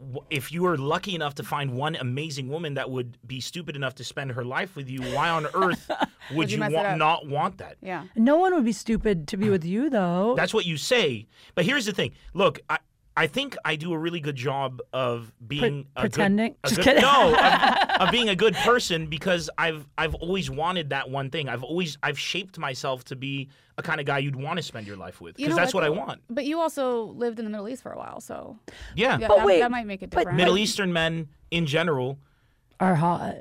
Speaker 3: w- if you are lucky enough to find one amazing woman that would be stupid enough to spend her life with you why on earth would,
Speaker 2: you
Speaker 3: you
Speaker 2: mess it
Speaker 3: want,
Speaker 2: up?
Speaker 3: not want that
Speaker 2: Yeah.
Speaker 1: No one would be stupid to be with you though.
Speaker 3: that's what you say but here's the thing look i I think I do a really good job of being a good-
Speaker 1: pretending?
Speaker 3: a
Speaker 1: Just
Speaker 3: good-
Speaker 1: kidding.
Speaker 3: No, of, of being a good person because I've I've always wanted that one thing. I've always I've shaped myself to be a kind of guy you'd want to spend your life with
Speaker 2: You
Speaker 3: because
Speaker 2: know
Speaker 3: that's what,
Speaker 2: what,
Speaker 3: I
Speaker 2: though?
Speaker 3: want.
Speaker 2: But you also lived in the Middle East for a while, so
Speaker 3: Yeah,
Speaker 2: yeah,
Speaker 1: But
Speaker 2: that,
Speaker 1: wait,
Speaker 2: that might make it
Speaker 1: but-
Speaker 2: different.
Speaker 3: Middle Eastern men in general,
Speaker 1: Are hot.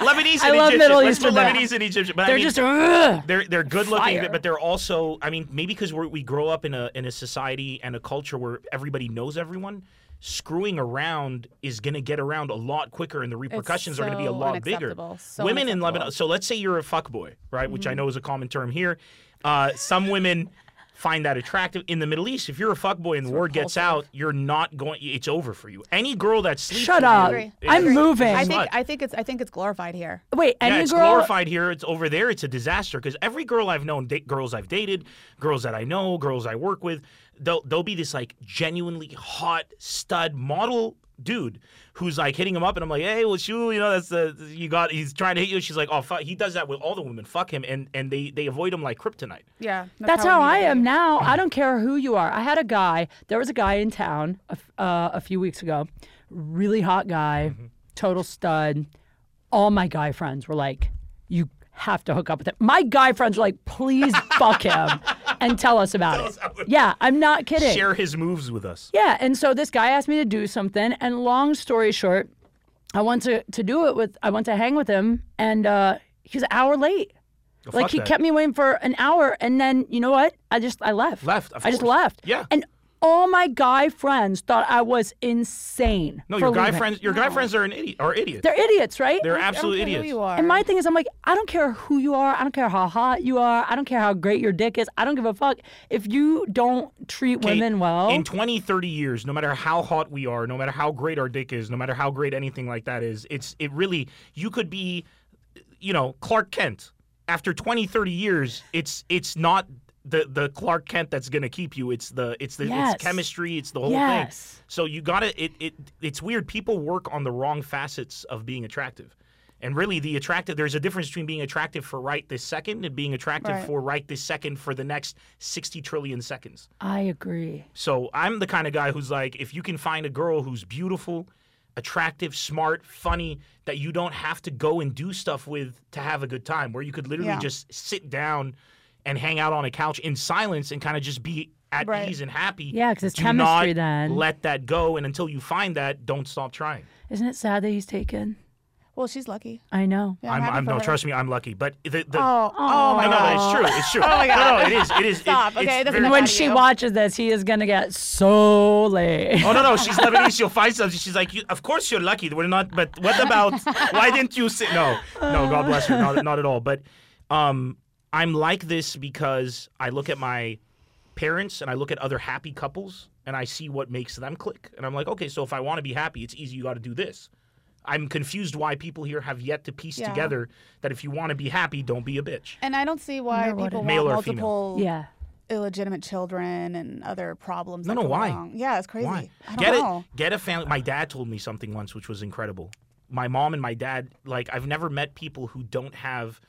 Speaker 3: Lebanese and
Speaker 1: I love
Speaker 3: Egyptian.
Speaker 1: Middle
Speaker 3: Let's put
Speaker 1: Eastern men.
Speaker 3: Lebanese and Egyptian. But I
Speaker 1: They're
Speaker 3: mean,
Speaker 1: just ugh.
Speaker 3: they're they're good looking,
Speaker 1: Fire.
Speaker 3: but they're also. I mean, maybe because we grow up in a in a society and a culture where everybody knows everyone. Screwing around is going to get around a lot quicker, and the repercussions are going to be a
Speaker 2: so
Speaker 3: lot bigger.
Speaker 2: unacceptable, so
Speaker 3: women in
Speaker 2: unacceptable.
Speaker 3: Lebanon. So let's say you're a fuckboy, right? Which
Speaker 1: Mm-hmm.
Speaker 3: I know is a common term here. Uh, some women find that attractive in the Middle East. If you're a fuckboy and the word gets out, you're not going. It's over for you. Any girl that sleeps
Speaker 1: Shut
Speaker 3: with
Speaker 1: up.
Speaker 3: you
Speaker 2: Agree.
Speaker 3: is-
Speaker 1: I'm
Speaker 3: is a
Speaker 1: moving.
Speaker 2: I
Speaker 1: It's
Speaker 2: think
Speaker 3: slut.
Speaker 2: I think it's I think it's glorified here.
Speaker 1: Wait, any
Speaker 3: Yeah, it's
Speaker 1: girl
Speaker 3: glorified here. It's over there. It's a disaster because every girl I've known, da- girls I've dated, girls that I know, girls I work with, they'll they'll be this like genuinely hot stud model dude who's like hitting him up, and I'm like, hey, what's you? You know, that's the you got. He's trying to hit you. She's like, oh fuck. He does that with all the women. Fuck him, and and they they avoid him like kryptonite.
Speaker 2: Yeah.
Speaker 1: That's how
Speaker 2: we need
Speaker 1: I
Speaker 2: to
Speaker 1: am
Speaker 2: be.
Speaker 1: now. I don't care who you are. I had a guy. There was a guy in town a, f- uh, a few weeks ago, really hot guy, total stud. All my guy friends were like, "You have to hook up with him." My guy friends were like, "Please fuck him and tell us about it." yeah, I'm not kidding.
Speaker 3: Share his moves with us.
Speaker 1: Yeah, and so this guy asked me to do something, and long story short, I went to to do it with. I went to hang with him, and uh, he was an hour late.
Speaker 3: Well,
Speaker 1: Like
Speaker 3: Oh, fuck
Speaker 1: he
Speaker 3: that.
Speaker 1: kept me waiting for an hour, and then you know what? I just I left.
Speaker 3: Left, of
Speaker 1: I just
Speaker 3: course.
Speaker 1: left.
Speaker 3: Yeah.
Speaker 1: And all my guy friends thought I was insane.
Speaker 3: No,
Speaker 1: for
Speaker 3: your guy
Speaker 1: leaving.
Speaker 3: friends, your guy friends are an idiot. Are idiots.
Speaker 1: They're idiots, right?
Speaker 3: They're
Speaker 2: I don't
Speaker 3: absolute
Speaker 2: care
Speaker 3: idiots.
Speaker 2: Who you are.
Speaker 1: and my thing is, I'm like, I don't care who you are. I don't care how hot you are. I don't care how great your dick is. I don't give a fuck. If you don't treat
Speaker 3: Kate,
Speaker 1: women well,
Speaker 3: In 20, 30 years, no matter how hot we are, no matter how great our dick is, no matter how great anything like that is, it's it really you could be you know, Clark Kent. After 20, 30 years, it's it's not the the Clark Kent that's going to keep you. It's the it's the
Speaker 1: Yes.
Speaker 3: it's chemistry, it's the whole
Speaker 1: Yes.
Speaker 3: thing. So you got to it it it's weird people work on the wrong facets of being attractive. And really the attractive there's a difference between being attractive for right this second and being attractive
Speaker 2: Right.
Speaker 3: for right this second for the next 60 trillion seconds.
Speaker 1: I agree.
Speaker 3: So I'm the kind of guy who's like, if you can find a girl who's beautiful, attractive, smart, funny, that you don't have to go and do stuff with to have a good time, where you could literally
Speaker 2: Yeah.
Speaker 3: just sit down and hang out on a couch in silence and kind of just be at
Speaker 2: Right.
Speaker 3: ease and happy.
Speaker 1: Yeah, 'cause it's
Speaker 3: Do
Speaker 1: chemistry
Speaker 3: not
Speaker 1: then.
Speaker 3: Let that go, and until you find that, don't stop trying.
Speaker 1: Isn't it sad that he's taken?
Speaker 2: well, she's lucky.
Speaker 1: I know.
Speaker 2: Yeah,
Speaker 3: I'm,
Speaker 2: happy
Speaker 3: I'm
Speaker 2: for
Speaker 3: no,
Speaker 2: her.
Speaker 3: trust me, I'm lucky. But the, the
Speaker 2: Oh, oh my
Speaker 3: no, no,
Speaker 2: god.
Speaker 3: it's true, it's true. oh my God. No, no, it is, it is.
Speaker 2: Stop,
Speaker 3: It's,
Speaker 2: okay, it
Speaker 3: it's
Speaker 2: doesn't
Speaker 3: very-
Speaker 2: matter.
Speaker 1: When
Speaker 2: Not
Speaker 1: she
Speaker 2: you.
Speaker 1: watches this, he is gonna get so late.
Speaker 3: Oh no no, she's Lebanese. She'll find something. She's like, you, of course you're lucky. We're not. But what about? Why didn't you say no? No, God bless her. Not not at all. But um, I'm like this because I look at my parents and I look at other happy couples and I see what makes them click. And I'm like, okay, so if I want to be happy, it's easy. You got to do this. I'm confused why people here have yet to piece
Speaker 2: Yeah.
Speaker 3: together that if you want to be happy, don't be a bitch.
Speaker 2: And I don't see why
Speaker 1: Wonder what
Speaker 2: people
Speaker 1: it-
Speaker 2: want
Speaker 3: Male or female?
Speaker 2: multiple
Speaker 1: Yeah.
Speaker 2: illegitimate children and other problems.
Speaker 3: No,
Speaker 2: that
Speaker 3: no,
Speaker 2: go
Speaker 3: why?
Speaker 2: along. Yeah, it's crazy.
Speaker 3: Why?
Speaker 2: I don't
Speaker 3: Get
Speaker 2: know.
Speaker 3: it. Get a family. My dad told me something once, which was incredible. My mom and my dad, like, I've never met people who don't have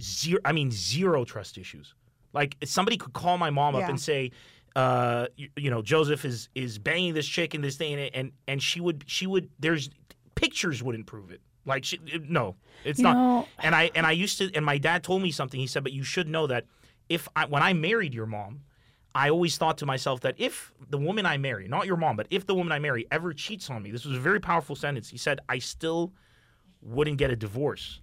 Speaker 3: zero. I mean, zero trust issues. Like, if somebody could call my mom up
Speaker 2: Yeah.
Speaker 3: and say, uh, you, you know, Joseph is is banging this chick and this thing, and and, and she would she would there's pictures wouldn't prove it. Like, she, it- no, it's
Speaker 1: You
Speaker 3: not.
Speaker 1: know-
Speaker 3: And I and I used to and my dad told me something. He said, but you should know that if I, when I married your mom, I always thought to myself that if the woman I marry, not your mom, but if the woman I marry ever cheats on me, this was a very powerful sentence. He said, I still wouldn't get a divorce.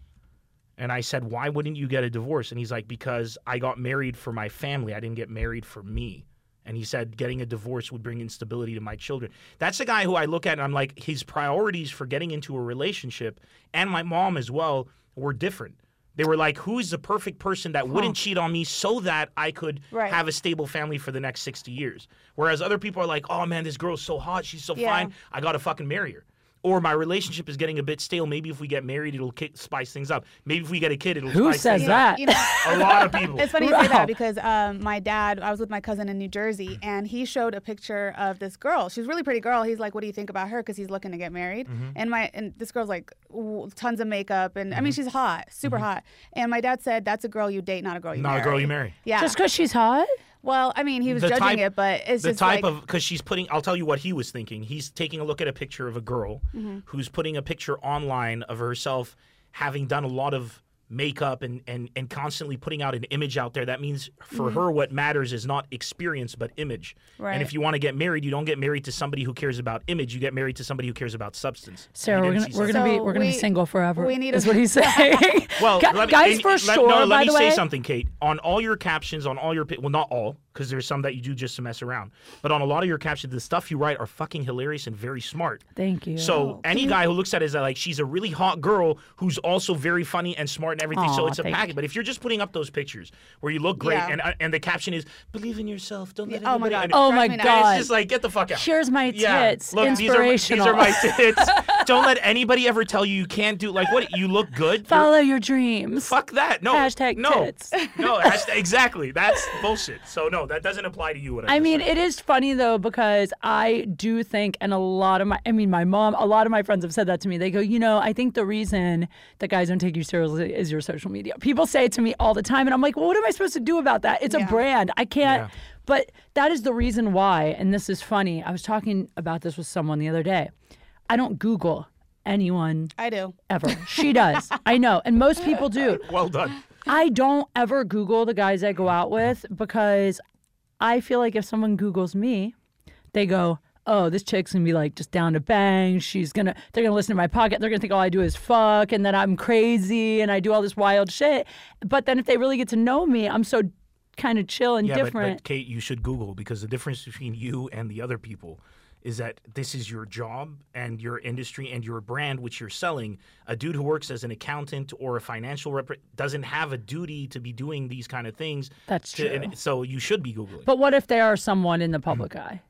Speaker 3: And I said, Why wouldn't you get a divorce? And he's like, Because I got married for my family. I didn't get married for me. And he said, getting a divorce would bring instability to my children. That's the guy who I look at and I'm like, his priorities for getting into a relationship and my mom as well were different. They were like, who's the perfect person that wouldn't cheat on me so that I could
Speaker 2: Right.
Speaker 3: have a stable family for the next 60 years? Whereas other people are like, oh man, this girl's so hot, she's so
Speaker 2: Yeah.
Speaker 3: fine, I gotta fucking marry her. Or my relationship is getting a bit stale. Maybe if we get married, it'll ki- spice things up. Maybe if we get a kid, it'll
Speaker 1: Who
Speaker 3: spice
Speaker 1: says
Speaker 3: things
Speaker 1: that?
Speaker 2: You know,
Speaker 3: up. A lot of people.
Speaker 2: It's funny you say
Speaker 1: Wow.
Speaker 2: that because um, my dad, I was with my cousin in New Jersey,
Speaker 3: Mm-hmm.
Speaker 2: and he showed a picture of this girl. She was a really pretty girl. He's like, "What do you think about her?" Because he's looking to get married.
Speaker 3: Mm-hmm.
Speaker 2: And my and this girl's like, w- tons of makeup, and I mean,
Speaker 3: Mm-hmm.
Speaker 2: she's hot, super hot. And my dad said, "That's a girl you date, not a girl you
Speaker 3: Not
Speaker 2: marry."
Speaker 3: a girl you marry.
Speaker 2: Yeah.
Speaker 1: Just because she's hot?
Speaker 2: well, I mean, he was
Speaker 3: The
Speaker 2: judging
Speaker 3: type-
Speaker 2: it, but it's
Speaker 3: the
Speaker 2: just
Speaker 3: type
Speaker 2: like,
Speaker 3: of because she's putting i'll tell you what he was thinking he's taking a look at a picture of a girl
Speaker 2: Mm-hmm.
Speaker 3: who's putting a picture online of herself having done a lot of makeup and and and constantly putting out an image out there that means for her what matters is not experience but image and if
Speaker 2: Mm-hmm. Right.
Speaker 3: you want to get married you don't get married to somebody who cares about image you get married to somebody who cares about substance And
Speaker 1: Sarah,
Speaker 3: he
Speaker 1: we're
Speaker 3: didn't
Speaker 1: gonna
Speaker 3: see
Speaker 1: we're gonna be
Speaker 2: So
Speaker 1: we're gonna be
Speaker 2: we-
Speaker 1: single forever.
Speaker 2: we need
Speaker 1: is
Speaker 2: a-
Speaker 1: what he's saying.
Speaker 3: Well,
Speaker 1: Gu-
Speaker 3: let me-
Speaker 1: guys,
Speaker 3: and-
Speaker 1: for
Speaker 3: let-
Speaker 1: sure.
Speaker 3: No, let
Speaker 1: by
Speaker 3: me
Speaker 1: the
Speaker 3: say
Speaker 1: way,
Speaker 3: something, Kate. On all your captions, on all your pi- well, not all, because there's some that you do just to mess around, but on a lot of your captions, the stuff you write are fucking hilarious and very smart.
Speaker 1: Thank you.
Speaker 3: So any guy who looks at it is like she's a really hot girl who's also very funny and smart and everything. so
Speaker 1: Aw,
Speaker 3: it's a
Speaker 1: thank
Speaker 3: package. But if you're just putting up those pictures where you look great
Speaker 2: Yeah.
Speaker 3: and uh, and the caption is believe in yourself, don't let
Speaker 2: oh my
Speaker 3: anybody.
Speaker 2: god.
Speaker 3: and-
Speaker 1: Oh my
Speaker 2: Drives me nuts.
Speaker 1: God.
Speaker 3: It's just like get the fuck out.
Speaker 1: here's my tits.
Speaker 3: Look, these are, these
Speaker 1: Inspirational.
Speaker 3: are my tits. Don't let anybody ever tell you you can't do like what you look good. You're-
Speaker 1: Follow your dreams.
Speaker 3: Fuck that. No.
Speaker 1: Hashtag
Speaker 3: no.
Speaker 1: tits.
Speaker 3: No, hashtag, exactly. That's bullshit. So no, that doesn't apply to you. What I,
Speaker 1: I
Speaker 3: just
Speaker 1: mean,
Speaker 3: said.
Speaker 1: it is funny though because I do think, and a lot of my, I mean, my mom, a lot of my friends have said that to me. They go, you know, I think the reason that guys don't take you seriously is your social media. People say it to me all the time, and I'm like, well, what am I supposed to do about that? It's a
Speaker 2: Yeah.
Speaker 1: brand. I can't.
Speaker 3: Yeah.
Speaker 1: But that is the reason why, and this is funny. I was talking about this with someone the other day. I don't Google anyone
Speaker 2: I do.
Speaker 1: ever. She does. I know, and most people do.
Speaker 3: well done.
Speaker 1: I don't ever Google the guys I go out with because I feel like if someone Googles me, they go, "Oh, this chick's gonna be like just down to bang. She's gonna they're gonna listen to my pocket. They're gonna think all I do is fuck, and that I'm crazy and I do all this wild shit." But then if they really get to know me, I'm so kind of chill and
Speaker 3: Yeah, but,
Speaker 1: different.
Speaker 3: but Kate, you should Google because the difference between you and the other people is that this is your job and your industry and your brand which you're selling. A dude who works as an accountant or a financial rep doesn't have a duty to be doing these kind of things.
Speaker 1: That's
Speaker 3: to-
Speaker 1: true.
Speaker 3: And so you should be googling.
Speaker 1: But what if they are someone in the public eye?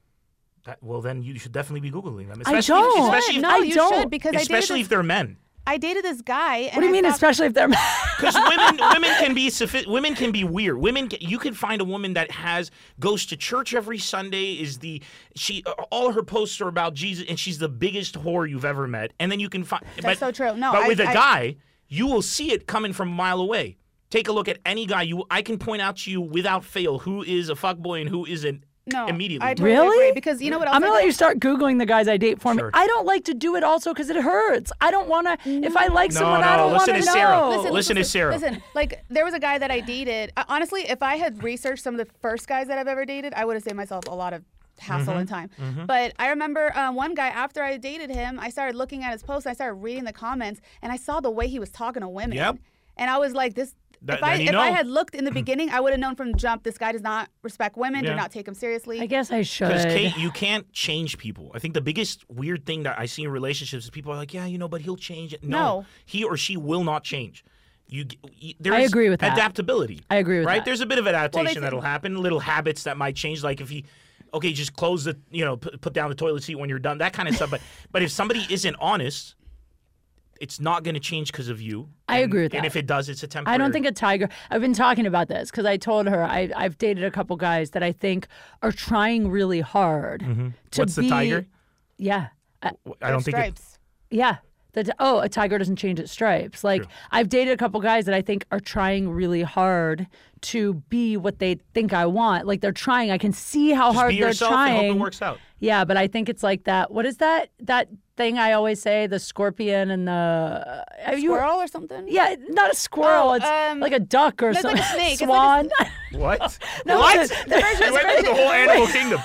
Speaker 3: That- well, then you should definitely be googling them.
Speaker 1: I
Speaker 3: Especially, if-
Speaker 1: don't.
Speaker 3: Especially, if-
Speaker 2: no,
Speaker 1: I
Speaker 2: you
Speaker 1: don't.
Speaker 2: should because
Speaker 3: especially
Speaker 2: I dated
Speaker 3: if they're men.
Speaker 2: this, I dated this guy. And
Speaker 1: What do you
Speaker 2: I
Speaker 1: mean,
Speaker 2: thought-
Speaker 1: especially if they're
Speaker 3: Because women, women can be sophi- women can be weird. Women, can, you could find a woman that has goes to church every Sunday. Is the she uh, all her posts are about Jesus, and she's the biggest whore you've ever met. And then you can find
Speaker 2: That's so true. No,
Speaker 3: but
Speaker 2: I-
Speaker 3: with a
Speaker 2: I-
Speaker 3: guy, you will see it coming from a mile away. Take a look at any guy. You, I can point out to you without fail who is a fuckboy and who isn't
Speaker 2: No,
Speaker 3: immediately.
Speaker 2: I totally
Speaker 1: Really?
Speaker 2: agree, because you know what else?
Speaker 1: I'm gonna
Speaker 2: I
Speaker 1: let
Speaker 2: did?
Speaker 1: you start googling the guys I date for
Speaker 3: Sure.
Speaker 1: me. I don't like to do it also because it hurts. I don't want to. If I like
Speaker 3: No,
Speaker 1: someone, I
Speaker 3: no,
Speaker 1: don't want
Speaker 3: listen
Speaker 1: to know.
Speaker 3: to Sarah.
Speaker 2: listen,
Speaker 3: Listen to
Speaker 2: listen,
Speaker 3: Sarah.
Speaker 2: Listen, like there was a guy that I dated. Uh, honestly, if I had researched some of the first guys that I've ever dated, I would have saved myself a lot of hassle
Speaker 3: Mm-hmm,
Speaker 2: and time. But I remember uh, one guy after I dated him, I started looking at his posts, I started reading the comments, and I saw the way he was talking to women.
Speaker 3: Yep.
Speaker 2: And I was like, this.
Speaker 3: Th-
Speaker 2: if I,
Speaker 3: then you
Speaker 2: if I
Speaker 3: know.
Speaker 2: had looked in the beginning, I would have known from jump this guy does not respect women,
Speaker 3: Yeah.
Speaker 2: do not take him seriously.
Speaker 1: I guess I should.
Speaker 3: Because Kate, you can't change people. I think the biggest weird thing that I see in relationships is people are like, yeah, you know, but he'll change. No,
Speaker 2: No.
Speaker 3: he or she will not change. You, g- y- there's
Speaker 1: agree with that.
Speaker 3: adaptability.
Speaker 1: I agree with
Speaker 3: right?
Speaker 1: that.
Speaker 3: There's a bit of adaptation
Speaker 2: said-
Speaker 3: that'll happen. Little habits that might change. Like if he, okay, just close the, you know, put, put down the toilet seat when you're done. That kind of stuff. But but if somebody isn't honest, it's not going to change because of you.
Speaker 1: I
Speaker 3: And-
Speaker 1: agree with
Speaker 3: And
Speaker 1: that.
Speaker 3: if it does, it's a temporary.
Speaker 1: I don't think a tiger. I've been talking about this because I told her I, I've dated a couple guys that I think are trying really hard to
Speaker 3: Mm-hmm. What's
Speaker 1: be.
Speaker 3: the tiger?
Speaker 1: Yeah, I,
Speaker 3: I don't think. It,
Speaker 2: Stripes.
Speaker 1: yeah. The, t- oh, a tiger doesn't change its stripes. Like I've dated a couple guys that I think are trying really hard to be what they think I want. Like they're trying. I can see how
Speaker 3: just
Speaker 1: hard
Speaker 3: be
Speaker 1: they're
Speaker 3: yourself and
Speaker 1: trying.
Speaker 3: hope it works out.
Speaker 1: Yeah, but I think it's like that. What is that? That thing I always say? The scorpion and the have you-
Speaker 2: Squirrel or something?
Speaker 1: Yeah, not a squirrel.
Speaker 2: Oh,
Speaker 1: it's
Speaker 2: um,
Speaker 1: like a duck or
Speaker 2: no, it's like
Speaker 1: something.
Speaker 2: a snake. It's like a
Speaker 1: Swan.
Speaker 3: What?
Speaker 1: No,
Speaker 3: what?
Speaker 1: the- the
Speaker 3: You
Speaker 1: version-
Speaker 3: went through the whole animal kingdom.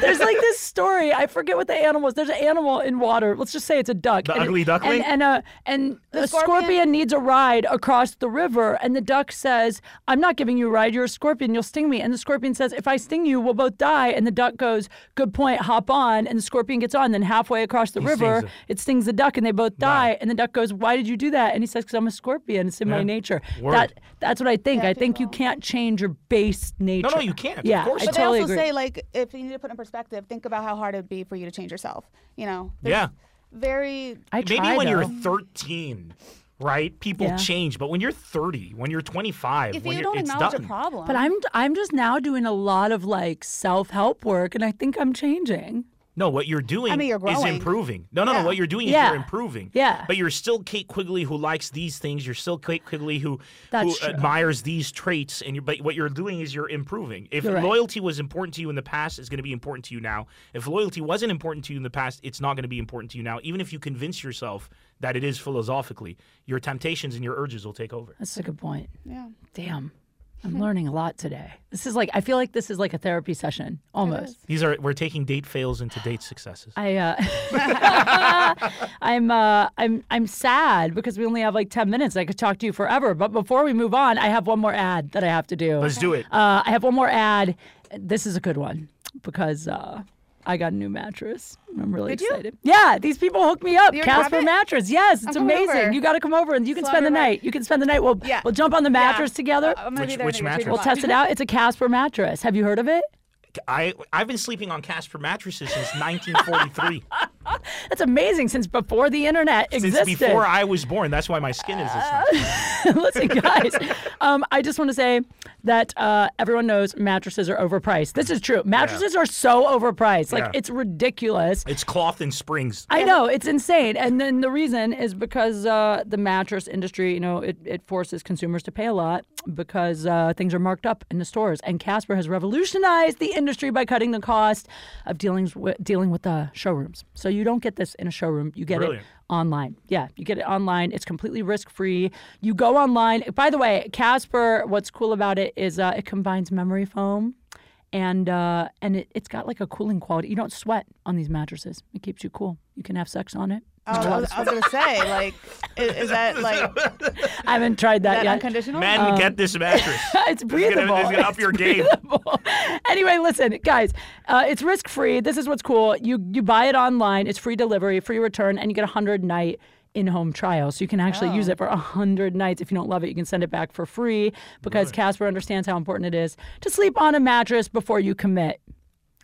Speaker 1: There's like this story. I forget what the animal is. There's an animal in water. Let's just say it's a duck.
Speaker 3: The
Speaker 1: and,
Speaker 3: ugly duckling?
Speaker 1: And, and a and
Speaker 2: The
Speaker 1: a
Speaker 2: scorpion?
Speaker 1: scorpion? needs a ride across the river, and the duck says, "I'm not giving you a ride. You're a scorpion. You'll sting me." And the scorpion says, "If I sting you, we'll both die." And the duck goes, "Good point. Hop on." And the scorpion gets on. Then halfway across the
Speaker 3: stings
Speaker 1: river,
Speaker 3: it.
Speaker 1: it stings the duck, and they both die. And the duck goes, "Why did you do that?" And he says, "Because I'm a scorpion. It's in my nature."
Speaker 3: Word.
Speaker 1: That that's what I think.
Speaker 2: Yeah,
Speaker 1: I think you
Speaker 2: people-
Speaker 1: can't change your base nature.
Speaker 3: you can't. Of
Speaker 1: Yeah,
Speaker 3: course
Speaker 1: I
Speaker 3: not.
Speaker 2: But
Speaker 1: totally
Speaker 2: they also
Speaker 1: agree.
Speaker 2: say like if you need to put it in perspective, think about how hard it'd be for you to change yourself. You know. There's
Speaker 3: Yeah.
Speaker 2: Very.
Speaker 1: I
Speaker 3: Maybe
Speaker 1: try,
Speaker 3: when you're
Speaker 1: though.
Speaker 3: 13, right? People
Speaker 1: Yeah.
Speaker 3: change, but when you're 30, when you're 25,
Speaker 2: If
Speaker 3: when
Speaker 2: you
Speaker 3: you're,
Speaker 2: don't
Speaker 3: it's
Speaker 2: acknowledge
Speaker 3: done.
Speaker 2: a problem.
Speaker 1: But I'm I'm just now doing a lot of like self help work, and I think I'm changing.
Speaker 3: No, what you're doing
Speaker 2: I mean, you're
Speaker 3: is
Speaker 2: growing.
Speaker 3: improving. No, no,
Speaker 2: Yeah.
Speaker 3: no. What you're doing is
Speaker 1: Yeah.
Speaker 3: you're improving.
Speaker 1: Yeah.
Speaker 3: But you're still Kate Quigley who likes these things. You're still Kate Quigley who, who
Speaker 1: That's true.
Speaker 3: admires these traits. And you, but what you're doing is you're improving. If
Speaker 1: You're right.
Speaker 3: loyalty was important to you in the past, it's going to be important to you now. If loyalty wasn't important to you in the past, it's not going to be important to you now. Even if you convince yourself that it is philosophically, your temptations and your urges will take over.
Speaker 1: That's a good point.
Speaker 2: Yeah.
Speaker 1: Damn, I'm learning a lot today. This is like I feel like this is like a therapy session almost.
Speaker 3: These are we're taking date fails into date successes.
Speaker 1: I uh, I'm uh, I'm I'm sad because we only have like ten minutes. I could talk to you forever, but before we move on, I have one more ad that I have to do.
Speaker 3: Let's do it.
Speaker 1: Uh, I have one more ad. This is a good one because uh, I got a new mattress. and I'm really
Speaker 2: Did you?
Speaker 1: excited. Yeah, these people hooked me up.
Speaker 2: Your
Speaker 1: Casper
Speaker 2: carpet?
Speaker 1: mattress. Yes, it's
Speaker 2: I'm coming
Speaker 1: amazing.
Speaker 2: over.
Speaker 1: You got to come over and you can
Speaker 2: Slumber
Speaker 1: spend the
Speaker 2: night.
Speaker 1: night. You can spend the night. We'll
Speaker 2: Yeah.
Speaker 1: we'll jump on the mattress
Speaker 2: Yeah. Uh,
Speaker 1: together.
Speaker 2: I'm gonna
Speaker 3: Which-
Speaker 2: be there
Speaker 3: which
Speaker 2: to get you
Speaker 3: mattress?
Speaker 2: to
Speaker 1: we'll
Speaker 2: lunch.
Speaker 1: test it out. It's a Casper mattress. Have you heard of it?
Speaker 3: I I've been sleeping on Casper mattresses since 1943.
Speaker 1: That's amazing. Since before the internet
Speaker 3: Since
Speaker 1: existed. Uh,
Speaker 3: before I was born. That's why my skin is this nice.
Speaker 1: Listen, guys, um, I just want to say that uh, everyone knows mattresses are overpriced. This is true. Mattresses are so overpriced. Like,
Speaker 3: Yeah.
Speaker 1: it's ridiculous.
Speaker 3: It's cloth and springs.
Speaker 1: I know it's insane, and then the reason is because uh, the mattress industry, you know, it, it forces consumers to pay a lot because uh, things are marked up in the stores. And Casper has revolutionized the industry by cutting the cost of dealing with dealing with the showrooms. So you don't get this in a showroom; you get
Speaker 3: Brilliant.
Speaker 1: it online. Yeah, you get it online. It's completely risk free. You go online. By the way, Casper, what's cool about it is uh, it combines memory foam and uh, and it, it's got like a cooling quality. You don't sweat on these mattresses. It keeps you cool. You can have sex on it.
Speaker 2: Oh, I, was, I was gonna say like, is, is that like
Speaker 1: I haven't tried that,
Speaker 2: that
Speaker 1: yet.
Speaker 2: unconditional?
Speaker 3: Men, get this mattress.
Speaker 1: it's
Speaker 3: It's
Speaker 1: Um, breathable.
Speaker 3: gonna, it's gonna up your game.
Speaker 1: Well, anyway, listen, guys, uh, it's risk free. This is what's cool. You you buy it online. It's free delivery, free return, and you get a hundred night in-home trial so you can actually
Speaker 3: Oh.
Speaker 1: use it for 100 nights if you don't love it you can send it back for free because casper understands how important it is to sleep on a mattress before you commit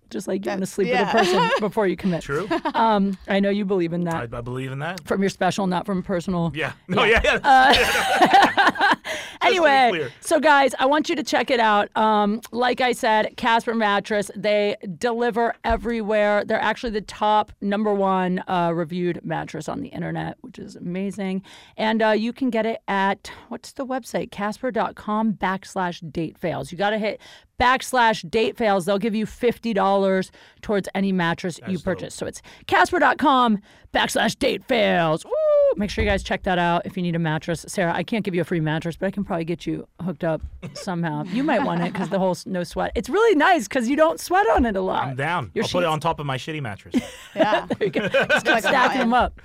Speaker 1: just like you want to sleep
Speaker 2: yeah.
Speaker 1: with a person before you commit
Speaker 3: True.
Speaker 1: um, i know you believe in that
Speaker 3: I, I believe in that.
Speaker 1: from your special not from personal
Speaker 3: Yeah. No. Yeah. yeah. to be
Speaker 1: anyway,
Speaker 3: clear.
Speaker 1: so guys, I want you to check it out. Um, like I said, Casper Mattress, they deliver everywhere. They're actually the top number one uh, reviewed mattress on the internet, which is amazing. And uh, you can get it at, what's the website? Casper.com backslash date fails. You got to hit backslash date fails. They'll give you $50 towards any mattress you purchase. So it's casper.com backslash date fails. Woo! Make sure you guys check that out if you need a mattress. Sarah, I can't give you a free mattress, but I can probably get you hooked up somehow. you might want it because the whole s- no sweat. It's really nice because you don't sweat on it a lot.
Speaker 3: I'm down. I'll
Speaker 1: Uh, Your
Speaker 3: put
Speaker 1: sheets-
Speaker 3: it on top of my shitty mattress.
Speaker 2: Yeah.
Speaker 1: Just keep
Speaker 2: Like a
Speaker 1: stacking
Speaker 2: lion.
Speaker 1: them up.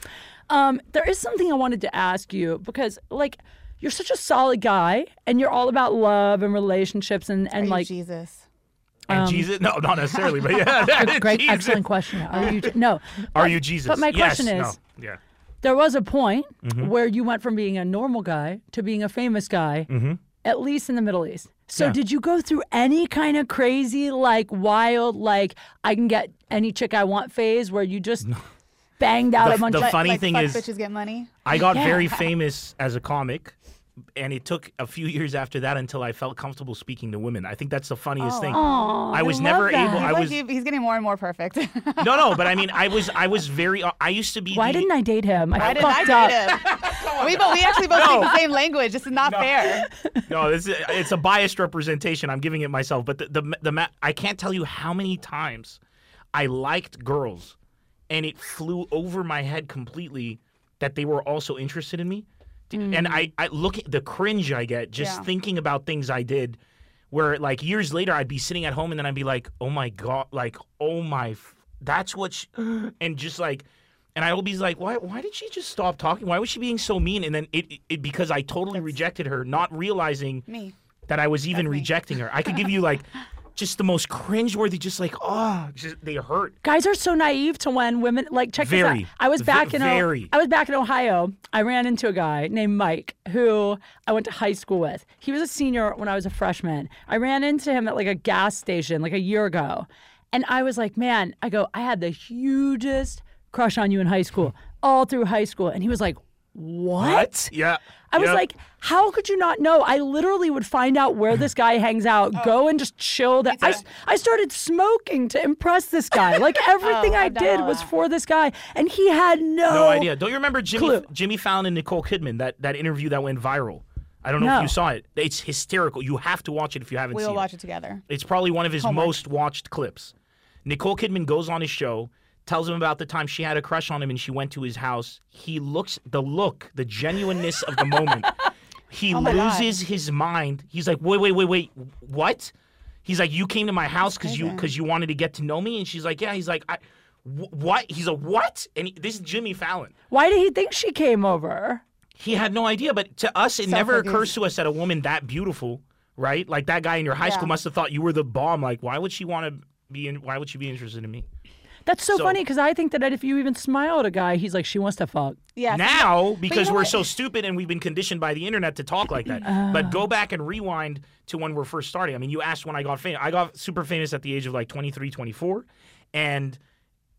Speaker 1: Um, there is something I wanted to ask you because, like, you're such a solid guy and you're all about love and relationships and, and
Speaker 2: Are you
Speaker 1: like,
Speaker 2: Jesus.
Speaker 3: And Jesus? No, not necessarily. But yeah, that is
Speaker 1: Um, Great,
Speaker 3: Jesus.
Speaker 1: excellent question. Are you no?
Speaker 3: Are you Jesus?
Speaker 1: but my
Speaker 3: Yes,
Speaker 1: question
Speaker 3: no.
Speaker 1: is-
Speaker 3: Yeah.
Speaker 1: There was a point
Speaker 3: Mm-hmm.
Speaker 1: where you went from being a normal guy to being a famous guy,
Speaker 3: Mm-hmm.
Speaker 1: at least in the Middle East. So did you go through any kind of crazy, like wild, like I can get any chick I want phase where you just banged out
Speaker 3: The-
Speaker 1: a bunch
Speaker 3: the
Speaker 1: of
Speaker 2: Like-
Speaker 3: funny
Speaker 2: like
Speaker 3: thing
Speaker 2: fuck
Speaker 3: is-
Speaker 2: bitches get money.
Speaker 3: I got
Speaker 1: Yeah.
Speaker 3: very famous as a comic, and it took a few years after that until I felt comfortable speaking to women. I think that's the funniest
Speaker 1: Oh,
Speaker 3: thing. I was
Speaker 1: love
Speaker 3: never
Speaker 1: that.
Speaker 3: able.
Speaker 1: He's
Speaker 2: He's,
Speaker 3: I
Speaker 2: like
Speaker 3: was
Speaker 2: you- he's getting more and more perfect.
Speaker 3: no, no. But I mean, I was, I was very. uh, I used to be.
Speaker 1: Why
Speaker 3: the-
Speaker 1: didn't I date him? I
Speaker 2: Why did I
Speaker 1: fucked up.
Speaker 2: date him? we, but we actually both
Speaker 3: No.
Speaker 2: speak the same language. This is not fair.
Speaker 3: No, this is, it's a biased representation. I'm giving it myself, but the the, the ma- I can't tell you how many times I liked girls, and it flew over my head completely that they were also interested in me. D- And I, I look at the cringe I get just
Speaker 2: Yeah.
Speaker 3: thinking about things I did where like years later I'd be sitting at home and then I'd be like, oh my God, like, oh my, f- that's what, she, and just like, and I would be like, why, why did she just stop talking? Why was she being so mean? And then it, it because I totally rejected her, not realizing
Speaker 2: Me.
Speaker 3: that I was even
Speaker 2: That's me.
Speaker 3: rejecting her. I could give you like just the most cringeworthy, just like, oh, just, they hurt.
Speaker 1: guys are so naive to when women like check this
Speaker 3: Very.
Speaker 1: out. I was
Speaker 3: Ve-
Speaker 1: back in O-
Speaker 3: very.
Speaker 1: I was back in Ohio. I ran into a guy named Mike who I went to high school with. He was a senior when I was a freshman. I ran into him at like a gas station like a year ago. And I was like, "Man, I go, I had the hugest crush on you in high school, all through high school." And he was like, "What?"
Speaker 3: Yeah.
Speaker 1: I was
Speaker 3: Yeah.
Speaker 1: like, how could you not know? I literally would find out where this guy hangs out,
Speaker 3: Oh.
Speaker 1: go and just chill. That I, s- I started smoking to impress this guy. Like everything I
Speaker 2: I've done
Speaker 1: did
Speaker 2: all
Speaker 1: was
Speaker 2: that.
Speaker 1: for this guy, and he had no,
Speaker 3: Oh,
Speaker 2: Oh,
Speaker 3: no idea. Don't you remember Jimmy
Speaker 1: clue.
Speaker 3: Jimmy Fallon and Nicole Kidman that that interview that went viral? I don't know
Speaker 1: No.
Speaker 3: if you saw it. It's hysterical. You have to watch it if you haven't
Speaker 2: We
Speaker 3: seen
Speaker 2: will watch
Speaker 3: it.
Speaker 2: it Oh together.
Speaker 3: It's probably one of his most watched clips. Nicole Kidman goes on his show, tells him about the time she had a crush on him and she went to his house. He looks the look, the genuineness of the moment. He
Speaker 2: Oh my God.
Speaker 3: loses his mind. He's like, "Wait, wait, wait, wait. What?" He's like, "You came to my house cuz you cuz you wanted to get to know me?" And she's like, "Yeah." He's like, "I wh- what? He's a what? And he, this is Jimmy Fallon.
Speaker 1: Why did he think she came over?
Speaker 3: He had no idea, but to us, it never
Speaker 2: Self-abuse.
Speaker 3: occurs to us that a woman that beautiful, right? Like that guy in your high
Speaker 2: Yeah.
Speaker 3: school must have thought you were the bomb. Like, why would she want to be in? Why would she be interested in me?
Speaker 1: That's so,
Speaker 3: So-
Speaker 1: funny because I think that if you even smile at a guy, he's like, she wants to fuck.
Speaker 2: Yeah. so-
Speaker 3: now, because
Speaker 2: know
Speaker 3: we're
Speaker 2: what? Uh.
Speaker 3: so stupid and we've been conditioned by the internet to talk like that. but go back and rewind to when we're first starting. I mean, you asked when I got famous. I got super famous at the age of like 23, 24. And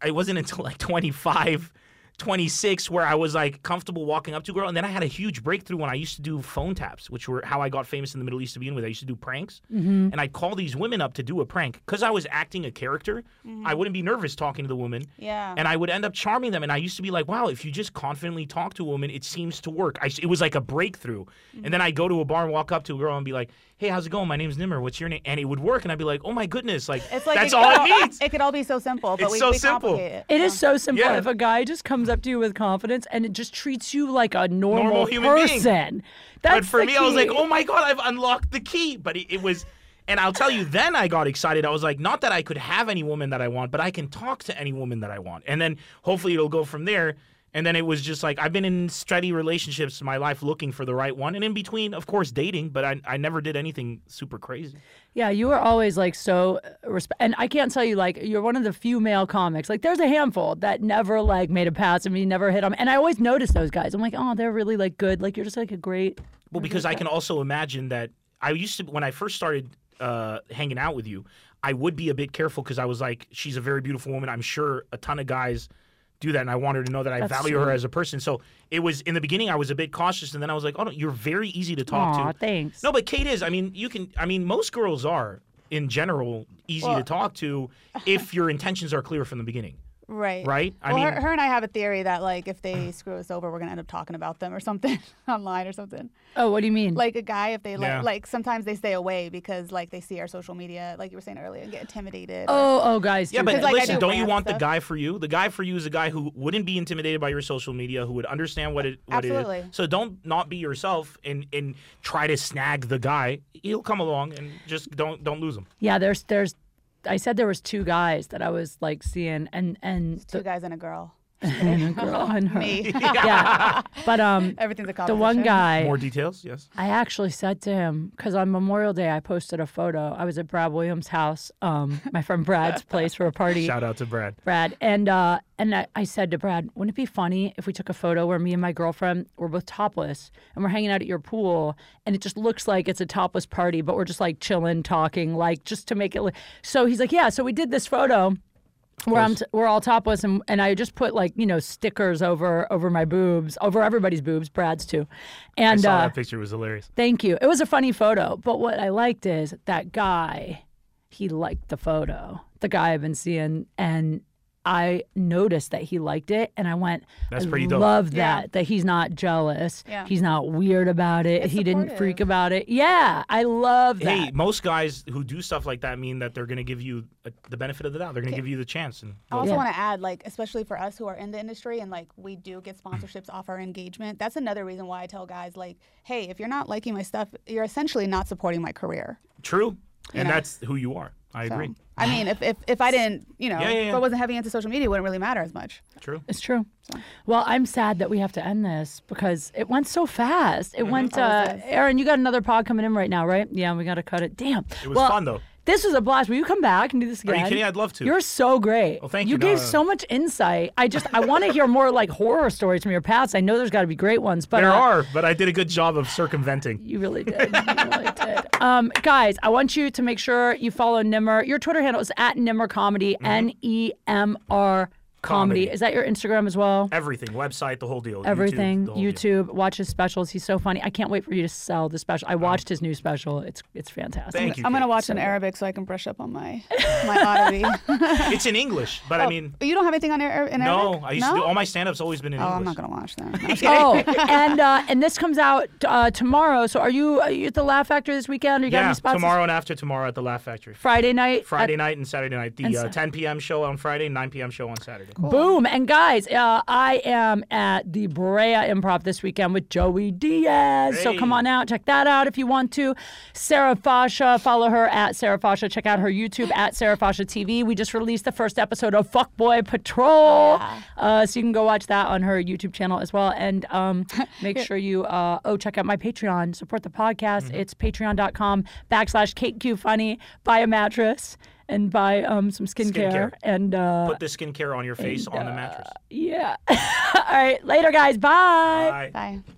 Speaker 3: it wasn't until like 25, 26 where I was like comfortable walking up to a girl. And then I had a huge breakthrough when I used to do phone taps, which were how I got famous in the Middle East to begin with. I used to do pranks.
Speaker 2: Mm-hmm.
Speaker 3: And I'd call these women up to do a prank. Because I was acting a character, I wouldn't be nervous talking to the woman.
Speaker 2: Mm-hmm. Yeah.
Speaker 3: And I would end up charming them. And I used to be like, wow, if you just confidently talk to a woman, it seems to work. I, it was like a breakthrough.
Speaker 2: Mm-hmm.
Speaker 3: And then I go to a bar and walk up to a girl and be like, hey, how's it going? My name's Nimmer. What's your name? And it would work. And I'd be like, oh my goodness. Like,
Speaker 2: It's like
Speaker 3: that's
Speaker 2: it
Speaker 3: all
Speaker 2: could
Speaker 3: it means.
Speaker 2: It could all be so simple, but
Speaker 3: It's
Speaker 2: we,
Speaker 3: so
Speaker 2: we
Speaker 3: simple.
Speaker 2: complicate it.
Speaker 1: It is so simple.
Speaker 3: Yeah.
Speaker 1: If a guy just comes up to you with confidence and it just treats you like a normal,
Speaker 3: Normal human being.
Speaker 1: person, that's
Speaker 3: But for
Speaker 1: the
Speaker 3: me, I was like,
Speaker 1: key.
Speaker 3: oh my God, I've unlocked the key. But it, it was, and I'll tell you, then I got excited. I was like, not that I could have any woman that I want, but I can talk to any woman that I want. And then hopefully it'll go from there. And then it was just like, I've been in steady relationships in my life looking for the right one. And in between, of course, dating, but I, I never did anything super crazy.
Speaker 1: Yeah, you were always like so uh, resp- and I can't tell you like you're one of the few male comics. Like there's a handful that never like made a pass at me, never hit them, and I always notice those guys. I'm like, oh, they're really like good. Like you're just like a great.
Speaker 3: Well, because I can
Speaker 1: Mm-hmm.
Speaker 3: also imagine that I used to when I first started uh, hanging out with you, I would be a bit careful because I was like, she's a very beautiful woman. I'm sure a ton of guys do that, and I wanted to know that I
Speaker 1: That's
Speaker 3: value her
Speaker 1: sweet.
Speaker 3: as a person. So it was in the beginning, I was a bit cautious, and then I was like, oh no, you're very easy to talk
Speaker 1: Aw,
Speaker 3: to.
Speaker 1: thanks.
Speaker 3: No, but Kate is. I mean, you can. I mean, most girls are in general easy to talk to if your intentions are clear from the beginning.
Speaker 2: Right.
Speaker 3: Right? I
Speaker 2: well, her,
Speaker 3: mean-
Speaker 2: her and I have a theory that like if they screw us over, we're gonna end up talking about them or something online or something.
Speaker 1: Oh, what do you mean?
Speaker 2: Like a guy, if they like,
Speaker 3: Yeah.
Speaker 2: like sometimes they stay away because like they see our social media, like you were saying earlier, and get intimidated. or-
Speaker 1: oh, oh, guys.
Speaker 3: Yeah,
Speaker 1: do
Speaker 3: but
Speaker 1: that.
Speaker 2: Because, like, I
Speaker 3: listen,
Speaker 2: do
Speaker 3: don't you
Speaker 2: rant
Speaker 3: want the
Speaker 2: stuff.
Speaker 3: guy for you? The guy for you is a guy who wouldn't be intimidated by your social media, who would understand what it what it
Speaker 2: Absolutely.
Speaker 3: is. So don't not be yourself and and try to snag the guy. He'll come along and just don't don't lose him.
Speaker 1: yeah, there's there's. I said there was two guys that I was like seeing, and and
Speaker 2: two
Speaker 1: the
Speaker 2: guys and a girl.
Speaker 1: and a girl and her.
Speaker 2: Oh, Me.
Speaker 1: Yeah, but um,
Speaker 2: Everything's a
Speaker 1: the
Speaker 2: competition.
Speaker 1: one guy.
Speaker 3: More details? Yes.
Speaker 1: I actually said to him because on Memorial Day I posted a photo. I was at Brad Williams' house, um, my friend Brad's place for a party.
Speaker 3: Shout out to Brad.
Speaker 1: Brad. And uh, and I, I said to Brad, wouldn't it be funny if we took a photo where me and my girlfriend were both topless and we're hanging out at your pool and it just looks like it's a topless party, but we're just like chilling, talking, like just to make it. Look. So he's like, yeah. So we did this photo. Where I'm t- we're all topless and, and I just put like you know stickers over over my boobs over everybody's boobs Brad's too, and
Speaker 3: Saw
Speaker 1: uh,
Speaker 3: that picture it was hilarious.
Speaker 1: Thank you. It was a funny photo, but what I liked is that guy, he liked the photo. The guy I've been seeing and I noticed that he liked it, and I went,
Speaker 3: That's
Speaker 1: I
Speaker 3: pretty dope.
Speaker 1: Love
Speaker 2: Yeah.
Speaker 1: that that he's not jealous.
Speaker 2: Yeah.
Speaker 1: He's not weird about it.
Speaker 2: It's
Speaker 1: he didn't freak
Speaker 2: supportive.
Speaker 1: about it. Yeah, I love that.
Speaker 3: Hey, most guys who do stuff like that mean that they're going to give you uh the benefit of the doubt. They're going to give you the chance. And
Speaker 2: I also
Speaker 1: Yeah.
Speaker 2: want to add, like, especially for us who are in the industry and like we do get sponsorships off our engagement. That's another reason why I tell guys, like, hey, if you're not liking my stuff, you're essentially not supporting my career.
Speaker 3: true, and
Speaker 2: Yeah.
Speaker 3: that's who you are. I
Speaker 2: So,
Speaker 3: agree.
Speaker 2: I mean, if, if, if I didn't, you know,
Speaker 3: Yeah, yeah,
Speaker 2: if
Speaker 3: yeah.
Speaker 2: I wasn't heavy into social media, it wouldn't really matter as much.
Speaker 3: True.
Speaker 1: It's true. Well, I'm sad that we have to end this because it went so fast.
Speaker 3: Mm-hmm.
Speaker 1: It went. Uh,
Speaker 2: does.
Speaker 1: Aaron, you got another pod coming in right now, right? Yeah, we got to cut it. Damn.
Speaker 3: It was
Speaker 1: Well,
Speaker 3: fun though.
Speaker 1: This was a blast. Will you come back and do this
Speaker 3: Are
Speaker 1: again?
Speaker 3: you kidding? I'd love to.
Speaker 1: You're so great.
Speaker 3: Well, thank you.
Speaker 1: You
Speaker 3: No,
Speaker 1: gave
Speaker 3: no, no.
Speaker 1: so much insight. I just I want to hear more like horror stories from your past. I know there's got to be great ones, but
Speaker 3: there
Speaker 1: uh,
Speaker 3: are, but I did a good job of circumventing.
Speaker 1: You really did. You really did. Um, guys, I want you to make sure you follow Nimmer. Your Twitter handle is at Nimmer Comedy. N E M R Comedy.
Speaker 3: Mm-hmm. Comedy.
Speaker 1: Is that your Instagram as well?
Speaker 3: Everything, website, the whole deal. YouTube,
Speaker 1: Everything.
Speaker 3: the whole deal.
Speaker 1: YouTube. Watch his specials. He's so funny. I can't wait for you to sell the special. I watched his new special. It's it's fantastic.
Speaker 3: Thank you.
Speaker 2: I'm going to
Speaker 3: Kate.
Speaker 2: watch in Arabic so I can brush up on my, my oddity.
Speaker 3: It's in English, but I mean,
Speaker 2: you don't have anything on Ara- in
Speaker 3: no.
Speaker 2: Oh, Arabic?
Speaker 3: I used
Speaker 2: no?
Speaker 3: to do all my stand-ups always been in
Speaker 2: Oh,
Speaker 3: English.
Speaker 2: I'm not going to watch that. No.
Speaker 1: Oh, and uh, and this comes out uh, tomorrow. So are you, are you at the Laugh Factory this weekend? Are you got
Speaker 3: yeah,
Speaker 1: any spots?
Speaker 3: tomorrow and after tomorrow at the Laugh Factory.
Speaker 1: Friday night.
Speaker 3: Friday night and Saturday night. The
Speaker 1: And
Speaker 3: uh,
Speaker 1: Sat-
Speaker 3: 10 p.m. show on Friday, 9 p.m. show on Saturday.
Speaker 1: Boom. And guys, uh, I am at the Brea Improv this weekend with Joey Diaz. So
Speaker 3: Hey.
Speaker 1: come on out, check that out if you want to. Sarah Fasha, follow her at Sarah Fasha. Check out her YouTube at Sarah Fasha TV. We just released the first episode of Fuckboy Patrol. Uh, so you can go watch that on her YouTube channel as well. And um, make sure you, uh, oh, check out my Patreon. Support the podcast.
Speaker 3: Mm-hmm.
Speaker 1: It's patreon.com backslash KateQFunny. Buy a mattress and buy um, some skincare.
Speaker 3: Skincare.
Speaker 1: And uh,
Speaker 3: Put the
Speaker 2: uh,
Speaker 3: skincare on your face on the mattress.
Speaker 1: yeah. All right. Later, guys. Bye.
Speaker 3: Bye.
Speaker 2: Bye.